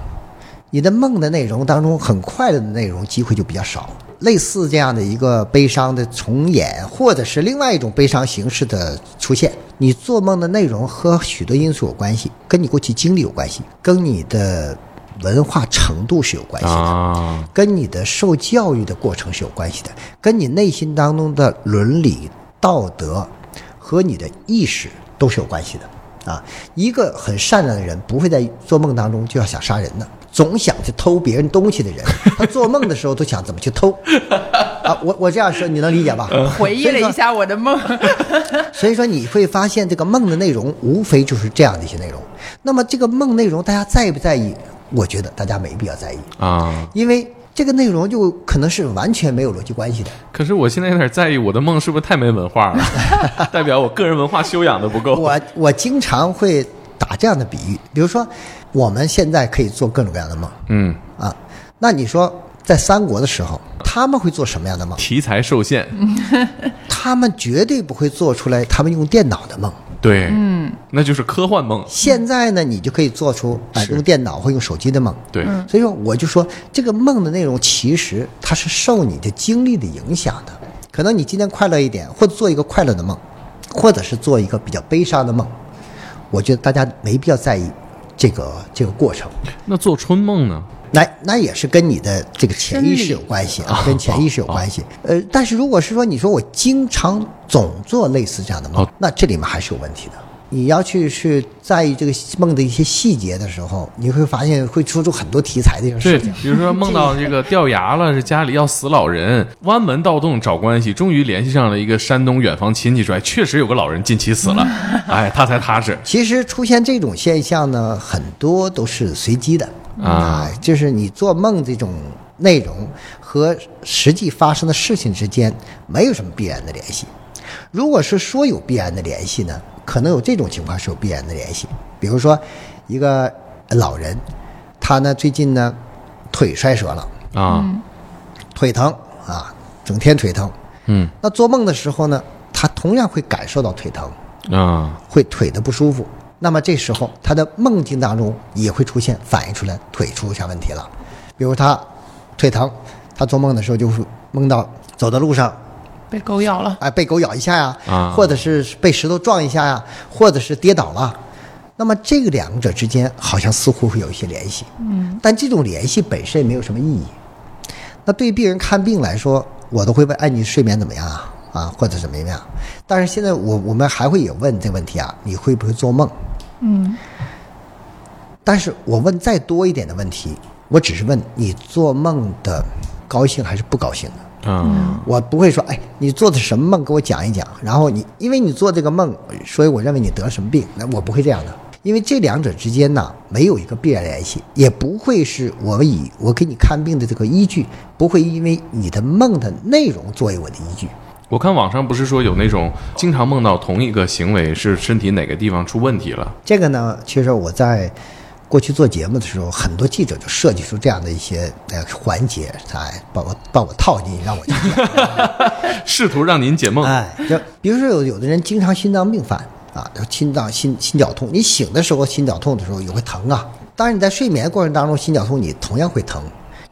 Speaker 2: 你的梦的内容当中，很快乐的内容机会就比较少。类似这样的一个悲伤的重演，或者是另外一种悲伤形式的出现，你做梦的内容和许多因素有关系，跟你过去经历有关系，跟你的文化程度是有关系的。
Speaker 3: 啊，
Speaker 2: 跟你的受教育的过程是有关系的，跟你内心当中的伦理、道德和你的意识都是有关系的啊。一个很善良的人，不会在做梦当中就要想杀人的，总想去偷别人东西的人，他做梦的时候都想怎么去偷啊。我我这样说，你能理解吧？
Speaker 4: 回忆了一下我 的梦，
Speaker 2: 所以说你会发现这个梦的内容无非就是这样的一些内容。那么这个梦内容大家在不在意？我觉得大家没必要在意
Speaker 3: 啊！
Speaker 2: 因为这个内容就可能是完全没有逻辑关系的。
Speaker 3: 可是我现在有点在意我的梦是不是太没文化了， 代表我个人文化修养的不够。
Speaker 2: 我我经常会打这样的比喻，比如说我们现在可以做各种各样的梦
Speaker 3: 嗯，
Speaker 2: 啊，那你说在三国的时候，他们会做什么样的梦？
Speaker 3: 题材受限，
Speaker 2: 他们绝对不会做出来他们用电脑的梦。
Speaker 3: 对，嗯，那就是科幻梦，
Speaker 2: 现在呢，你就可以做出啊、
Speaker 3: 是
Speaker 2: 用电脑或用手机的梦。
Speaker 3: 对，
Speaker 2: 所以说，我就说这个梦的内容其实它是受你的经历的影响的。可能你今天快乐一点，或者做一个快乐的梦，或者是做一个比较悲伤的梦。我觉得大家没必要在意这个这个过程，
Speaker 3: 那做春梦呢？
Speaker 2: 那那也是跟你的这个潜意识有关系啊，跟潜意识有关系。呃，但是如果是说你说我经常总做类似这样的梦
Speaker 3: 哦，
Speaker 2: 那这里面还是有问题的。你要去去在意这个梦的一些细节的时候，你会发现会说出很多题材的一种
Speaker 3: 对，
Speaker 2: 事情。
Speaker 3: 比如说梦到这个掉牙了，是家里要死老人，弯门盗洞找关系，终于联系上了一个山东远房亲戚，说哎确实有个老人近期死 了，哎，他才踏实。
Speaker 2: 其实出现这种现象呢，很多都是随机的
Speaker 3: 啊，
Speaker 2: 就是你做梦这种内容和实际发生的事情之间没有什么必然的联系。如果是说有必然的联系呢，可能有这种情况是有必然的联系，比如说一个老人，他呢最近呢腿摔折了，
Speaker 3: 啊，
Speaker 2: 腿疼啊，整天腿疼。
Speaker 3: 嗯
Speaker 2: 那做梦的时候呢，他同样会感受到腿疼。
Speaker 3: 啊，
Speaker 2: 会腿的不舒服。那么这时候他的梦境当中也会出现反映出来腿出现问题了，比如他腿疼，他做梦的时候就会梦到走在路上，
Speaker 4: 被狗咬了，
Speaker 2: 哎，被狗咬一下呀，
Speaker 3: 啊
Speaker 2: 或者是被石头撞一下呀，或者是跌倒了。那么这个两者之间好像似乎会有一些联系，嗯，但这种联系本身也没有什么意义。那对于病人看病来说，我都会问：哎，你睡眠怎么样啊？啊，或者怎么样？但是现在我我们还会有问这个问题啊，你会不会做梦？嗯。但是我问再多一点的问题，我只是问你做梦的高兴还是不高兴的。
Speaker 3: 啊，
Speaker 2: 我不会说，哎，你做的什么梦，给我讲一讲。然后你，因为你做这个梦，所以我认为你得了什么病。那我不会这样的，因为这两者之间呢，没有一个必然联系，也不会是我以我给你看病的这个依据，不会因为你的梦的内容作为我的依据。
Speaker 3: 我看网上不是说有那种经常梦到同一个行为是身体哪个地方出问题了，
Speaker 2: 这个呢，其实我在过去做节目的时候，很多记者就设计出这样的一些呃环节，哎，把我把我套进去，让我去
Speaker 3: 试图让您解梦。
Speaker 2: 哎，就比如说有有的人经常心脏病犯啊，就心脏心心绞痛，你醒的时候心绞痛的时候也会疼啊。当然你在睡眠过程当中心绞痛，你同样会疼，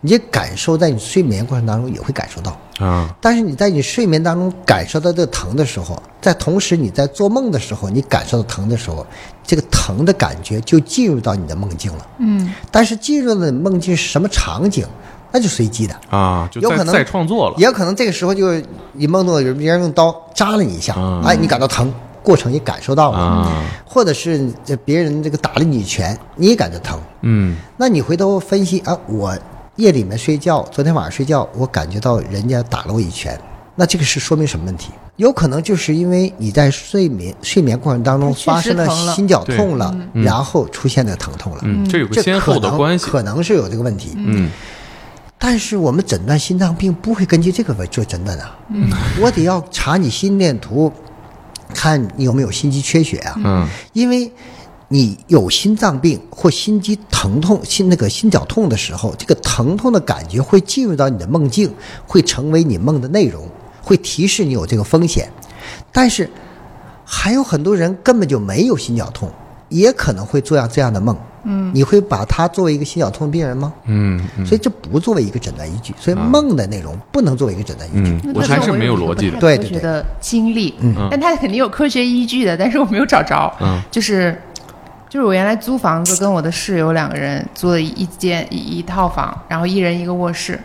Speaker 2: 你这感受在你睡眠过程当中也会感受到。
Speaker 3: 啊，
Speaker 2: 但是你在你睡眠当中感受到这个疼的时候，在同时你在做梦的时候，你感受到疼的时候，这个疼的感觉就进入到你的梦境了。嗯，但是进入了你梦境是什么场景，那就随机的。
Speaker 3: 啊，就
Speaker 2: 有
Speaker 3: 再
Speaker 2: 可能
Speaker 3: 再创作了。
Speaker 2: 也有可能这个时候就是你梦中有别人用刀扎了你一下，
Speaker 3: 啊
Speaker 2: 哎，你感到疼，过程也感受到了，
Speaker 3: 啊
Speaker 2: 或者是这别人这个打了你一拳，你也感觉疼。
Speaker 3: 嗯
Speaker 2: 那你回头分析啊，我夜里面睡觉，昨天晚上睡觉，我感觉到人家打了我一拳，那这个是说明什么问题？有可能就是因为你在睡眠睡眠过程当中
Speaker 4: 确实
Speaker 2: 发生了
Speaker 4: 疼了
Speaker 2: 心绞痛了，然后出现的疼痛了，
Speaker 3: 嗯，这有个
Speaker 2: 这
Speaker 3: 先
Speaker 2: 可
Speaker 3: 后的
Speaker 2: 能
Speaker 3: 关系。
Speaker 2: 可能是有这个问题。
Speaker 3: 嗯，
Speaker 2: 但是我们诊断心脏病不会根据这个为做诊断的，嗯，我得要查你心电图，看你有没有心肌缺血啊，
Speaker 3: 嗯，
Speaker 2: 因为你有心脏病或心肌疼痛、心那个心绞痛的时候，这个疼痛的感觉会进入到你的梦境，会成为你梦的内容，会提示你有这个风险，但是还有很多人根本就没有心绞痛，也可能会做样这样的梦，嗯，你会把它作为一个心绞痛病人吗？
Speaker 3: 嗯嗯
Speaker 2: 所以这不作为一个诊断依
Speaker 4: 啊
Speaker 2: 据，所以梦的内容不能作为一个诊断依据。
Speaker 3: 嗯，
Speaker 4: 那
Speaker 3: 我
Speaker 4: 这
Speaker 3: 还
Speaker 4: 种
Speaker 3: 是
Speaker 4: 我
Speaker 3: 没有逻
Speaker 4: 不
Speaker 3: 辑
Speaker 4: 太
Speaker 3: 的。
Speaker 2: 对
Speaker 4: 科
Speaker 2: 对
Speaker 4: 学
Speaker 2: 对
Speaker 4: 的经历，
Speaker 2: 嗯
Speaker 4: 但它肯定有科学依据的，但是我没有找着，
Speaker 3: 嗯
Speaker 4: 就是。就是我原来租房子，跟我的室友两个人租了一间一一套房，然后一人一个卧室，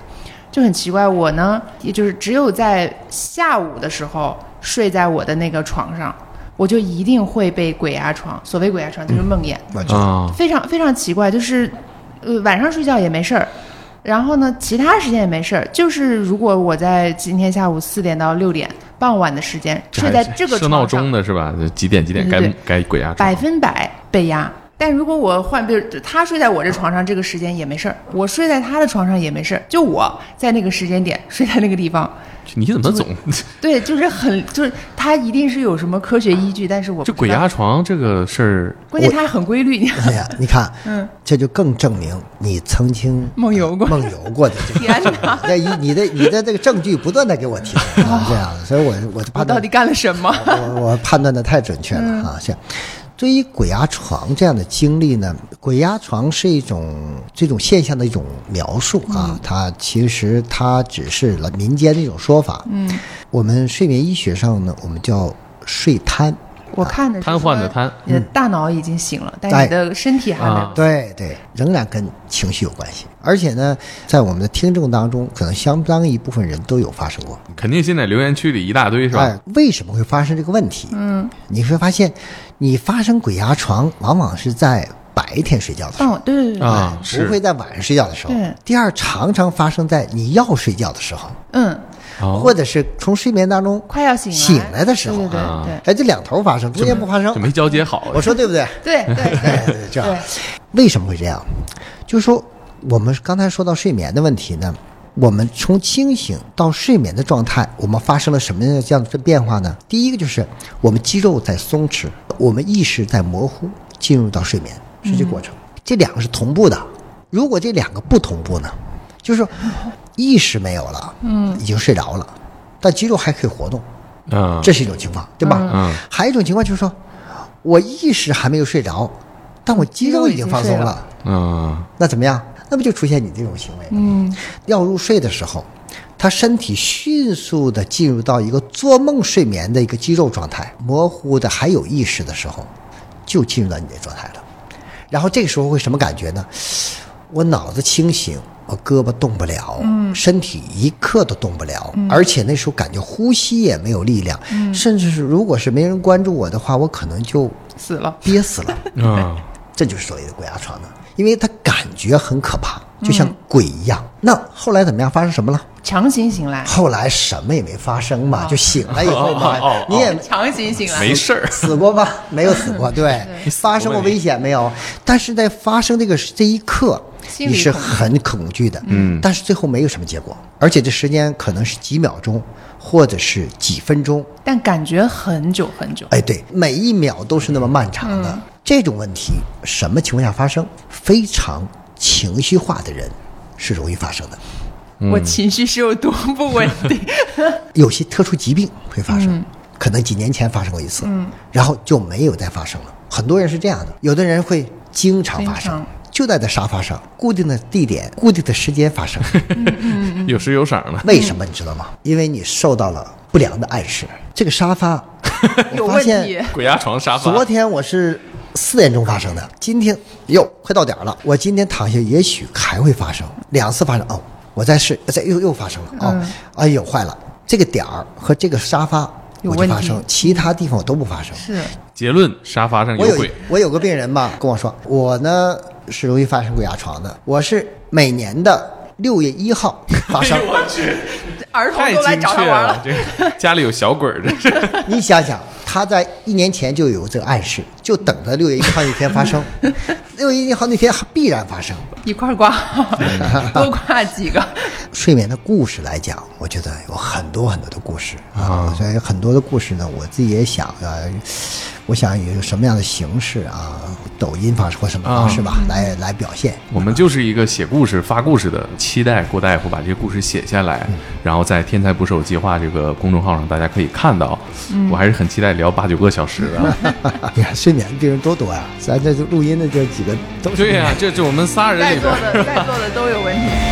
Speaker 4: 就很奇怪。我呢，也就是只有在下午的时候睡在我的那个床上，我就一定会被鬼压床。所谓鬼压床，就是梦魇。
Speaker 2: 我知道
Speaker 3: 啊，
Speaker 4: 非常非常奇怪，就是，呃，晚上睡觉也没事儿，然后呢，其他时间也没事儿，就是如果我在今天下午四点到六点傍晚的时间睡在这个
Speaker 3: 设
Speaker 4: 床
Speaker 3: 闹
Speaker 4: 上，
Speaker 3: 钟哎的是吧？就几点几点
Speaker 4: 对
Speaker 3: 该
Speaker 4: 对
Speaker 3: 该鬼压
Speaker 4: 百
Speaker 3: 床？
Speaker 4: 分百被压。但如果我换，比如他睡在我这床上，这个时间也没事儿；我睡在他的床上也没事儿，就我在那个时间点睡在那个地方，
Speaker 3: 你怎么总
Speaker 4: 对，就是很就是他一定是有什么科学依据，但是我
Speaker 3: 这
Speaker 4: 不
Speaker 3: 鬼
Speaker 4: 知道
Speaker 3: 压，床这个事儿？
Speaker 4: 关键他还很规 律，你
Speaker 2: 哎 呀，你看，
Speaker 4: 嗯，
Speaker 2: 这就更证明你曾经
Speaker 4: 梦游过
Speaker 2: 梦游过的这个
Speaker 4: 天哪，
Speaker 2: 那一你的你的这个证据不断的给我提供 啊这样，所以我我就
Speaker 4: 我
Speaker 2: 判
Speaker 4: 到
Speaker 2: 断
Speaker 4: 底干了什么？
Speaker 2: 我 我判断的太准确了啊！是，对于鬼压床这样的经历呢，鬼压床是一种这种现象的一种描述啊，它其实它只是了民间的一种说法。嗯，我们睡眠医学上呢，我们叫睡瘫。
Speaker 4: 我看的是
Speaker 3: 瘫
Speaker 4: 说
Speaker 3: 痪的瘫
Speaker 4: 你的呃大脑已经醒了，但
Speaker 2: 哎
Speaker 4: 你的身体还没
Speaker 3: 啊
Speaker 4: 有。
Speaker 2: 对对，仍然跟情绪有关系，而且呢，在我们的听众当中，可能相当一部分人都有发生过。
Speaker 3: 肯定现在留言区里一大堆是吧
Speaker 2: 哎？，为什么会发生这个问题？嗯，你会发现，你发生鬼压床，往往是在白天睡觉的时
Speaker 4: 但
Speaker 2: 候，
Speaker 4: 我对对对，对
Speaker 3: 啊，
Speaker 2: 哎不
Speaker 3: 是
Speaker 2: 会在晚上睡觉的时候
Speaker 4: 对。
Speaker 2: 第二，常常发生在你要睡觉的时候，
Speaker 4: 嗯，
Speaker 3: 哦
Speaker 2: 或者是从睡眠当中
Speaker 4: 快要醒来
Speaker 2: 醒来的时候
Speaker 4: 对对
Speaker 3: 啊
Speaker 4: 对
Speaker 2: 哎，这两头发生，中间不发生
Speaker 3: 就。没交接好。
Speaker 2: 我说对不对？
Speaker 4: 对对对对
Speaker 2: 哎，对这样
Speaker 4: 对。
Speaker 2: 为什么会这样？就是说，我们刚才说到睡眠的问题呢，我们从清醒到睡眠的状态，我们发生了什么样的变化呢？第一个就是我们肌肉在松弛，我们意识在模糊，进入到睡眠是这过程。这两个是同步的，如果这两个不同步呢，就是说意识没有了，嗯，已经睡着了，但肌肉还可以活动，
Speaker 3: 嗯，
Speaker 2: 这是一种情况，对吧？
Speaker 3: 嗯
Speaker 2: 还有一种情况就是说，我意识还没有睡着，但我肌肉已经放松
Speaker 4: 肌肉已
Speaker 2: 了
Speaker 4: 经睡了，
Speaker 3: 嗯
Speaker 2: 那怎么样？那不就出现你这种行为吗？嗯，要入睡的时候，他身体迅速的进入到一个做梦睡眠的一个肌肉状态，模糊的还有意识的时候，就进入到你的状态了。然后这个时候会什么感觉呢？我脑子清醒，我胳膊动不了，身体一刻都动不了，而且那时候感觉呼吸也没有力量，甚至是如果是没人关注我的话，我可能就
Speaker 4: 死了。
Speaker 2: 憋死了。
Speaker 3: 嗯，
Speaker 2: 这就是所谓的鬼压床呢，因为他感觉很可怕，就像鬼一样。那后来怎么样？发生什么了？
Speaker 4: 强行醒来，
Speaker 2: 后来什么也没发生嘛，就醒了以后嘛，
Speaker 3: 哦哦哦
Speaker 2: 你也
Speaker 4: 强行醒来，
Speaker 3: 没事儿。
Speaker 2: 死过吗？没有死过，对，发生过危险没有？但是在发生这个这一刻，
Speaker 4: 心里
Speaker 2: 你是
Speaker 4: 恐惧
Speaker 2: 很恐惧的，嗯，但是最后没有什么结果，而且这时间可能是几秒钟，或者是几分钟，
Speaker 4: 但感觉很久很久。
Speaker 2: 哎，对，每一秒都是那么漫长
Speaker 4: 嗯
Speaker 2: 的。这种问题什么情况下发生？非常情绪化的人是容易发生的，
Speaker 3: 嗯
Speaker 4: 我情绪是有多不稳 定？
Speaker 2: 有些特殊疾病会发
Speaker 4: 嗯
Speaker 2: 生，可能几年前发生过一次，然后就没有再发生了。很多人是这样的，有的人会经常发
Speaker 4: 经
Speaker 2: 生
Speaker 4: 常。
Speaker 2: 就在这沙发上，固定的地点、固定的时间发 生，
Speaker 4: 嗯
Speaker 3: 有时有赏的，
Speaker 2: 为什么你知道吗？因为你受到了不良的暗示。这个沙 发，
Speaker 4: 有
Speaker 2: 我发
Speaker 4: 问
Speaker 2: 现
Speaker 4: 题，
Speaker 3: 鬼压床沙发
Speaker 2: 昨天我是四点钟发生的，今天哟快到点儿了，我今天躺下也许还会发生两次发生哦，我再试再又又发生了哦，
Speaker 4: 嗯
Speaker 2: 哎呦坏了，这个点儿和这个沙发
Speaker 4: 有
Speaker 2: 我就
Speaker 4: 问
Speaker 2: 发
Speaker 4: 题
Speaker 2: 生，其他地方我都不发生。
Speaker 4: 是
Speaker 3: 结论沙发上嗯
Speaker 2: 我
Speaker 3: 有
Speaker 2: 有一
Speaker 3: 鬼，
Speaker 2: 我有个病人吧，跟我说我呢是容易发生鬼压床的，我是每年的六月一 号发生。
Speaker 3: 哎
Speaker 4: 儿童
Speaker 3: 太
Speaker 4: 都来
Speaker 3: 精
Speaker 4: 找他
Speaker 3: 确
Speaker 4: 玩
Speaker 3: 了
Speaker 4: 了，。
Speaker 3: 这个家里有小鬼儿，这是
Speaker 2: 你想想，他在一年前就 有这个暗示，就等着六月一号那天发生。六月一号那天必然发生，
Speaker 4: 一块 儿挂，多挂几个。
Speaker 2: 睡眠的故事来讲，我觉得有很多很多的故事啊，所以有很多的故事呢，我自己也想啊，我想有什么样的形式啊，抖音方式或什么方式吧，来来表现。
Speaker 3: 我们就是一个写故事、发故事的，期待郭大夫把这些故事写下来，然后在“天才捕手计划”这个公众号上，大家可以看到。我还是很期待聊八九个小时啊的。
Speaker 2: 你看睡眠病人多啊多呀、咱这就录音的这几个都是
Speaker 3: 对呀、这这我们仨人
Speaker 4: 在
Speaker 3: 里
Speaker 4: 座
Speaker 3: 边，
Speaker 4: 的在座的都有问题。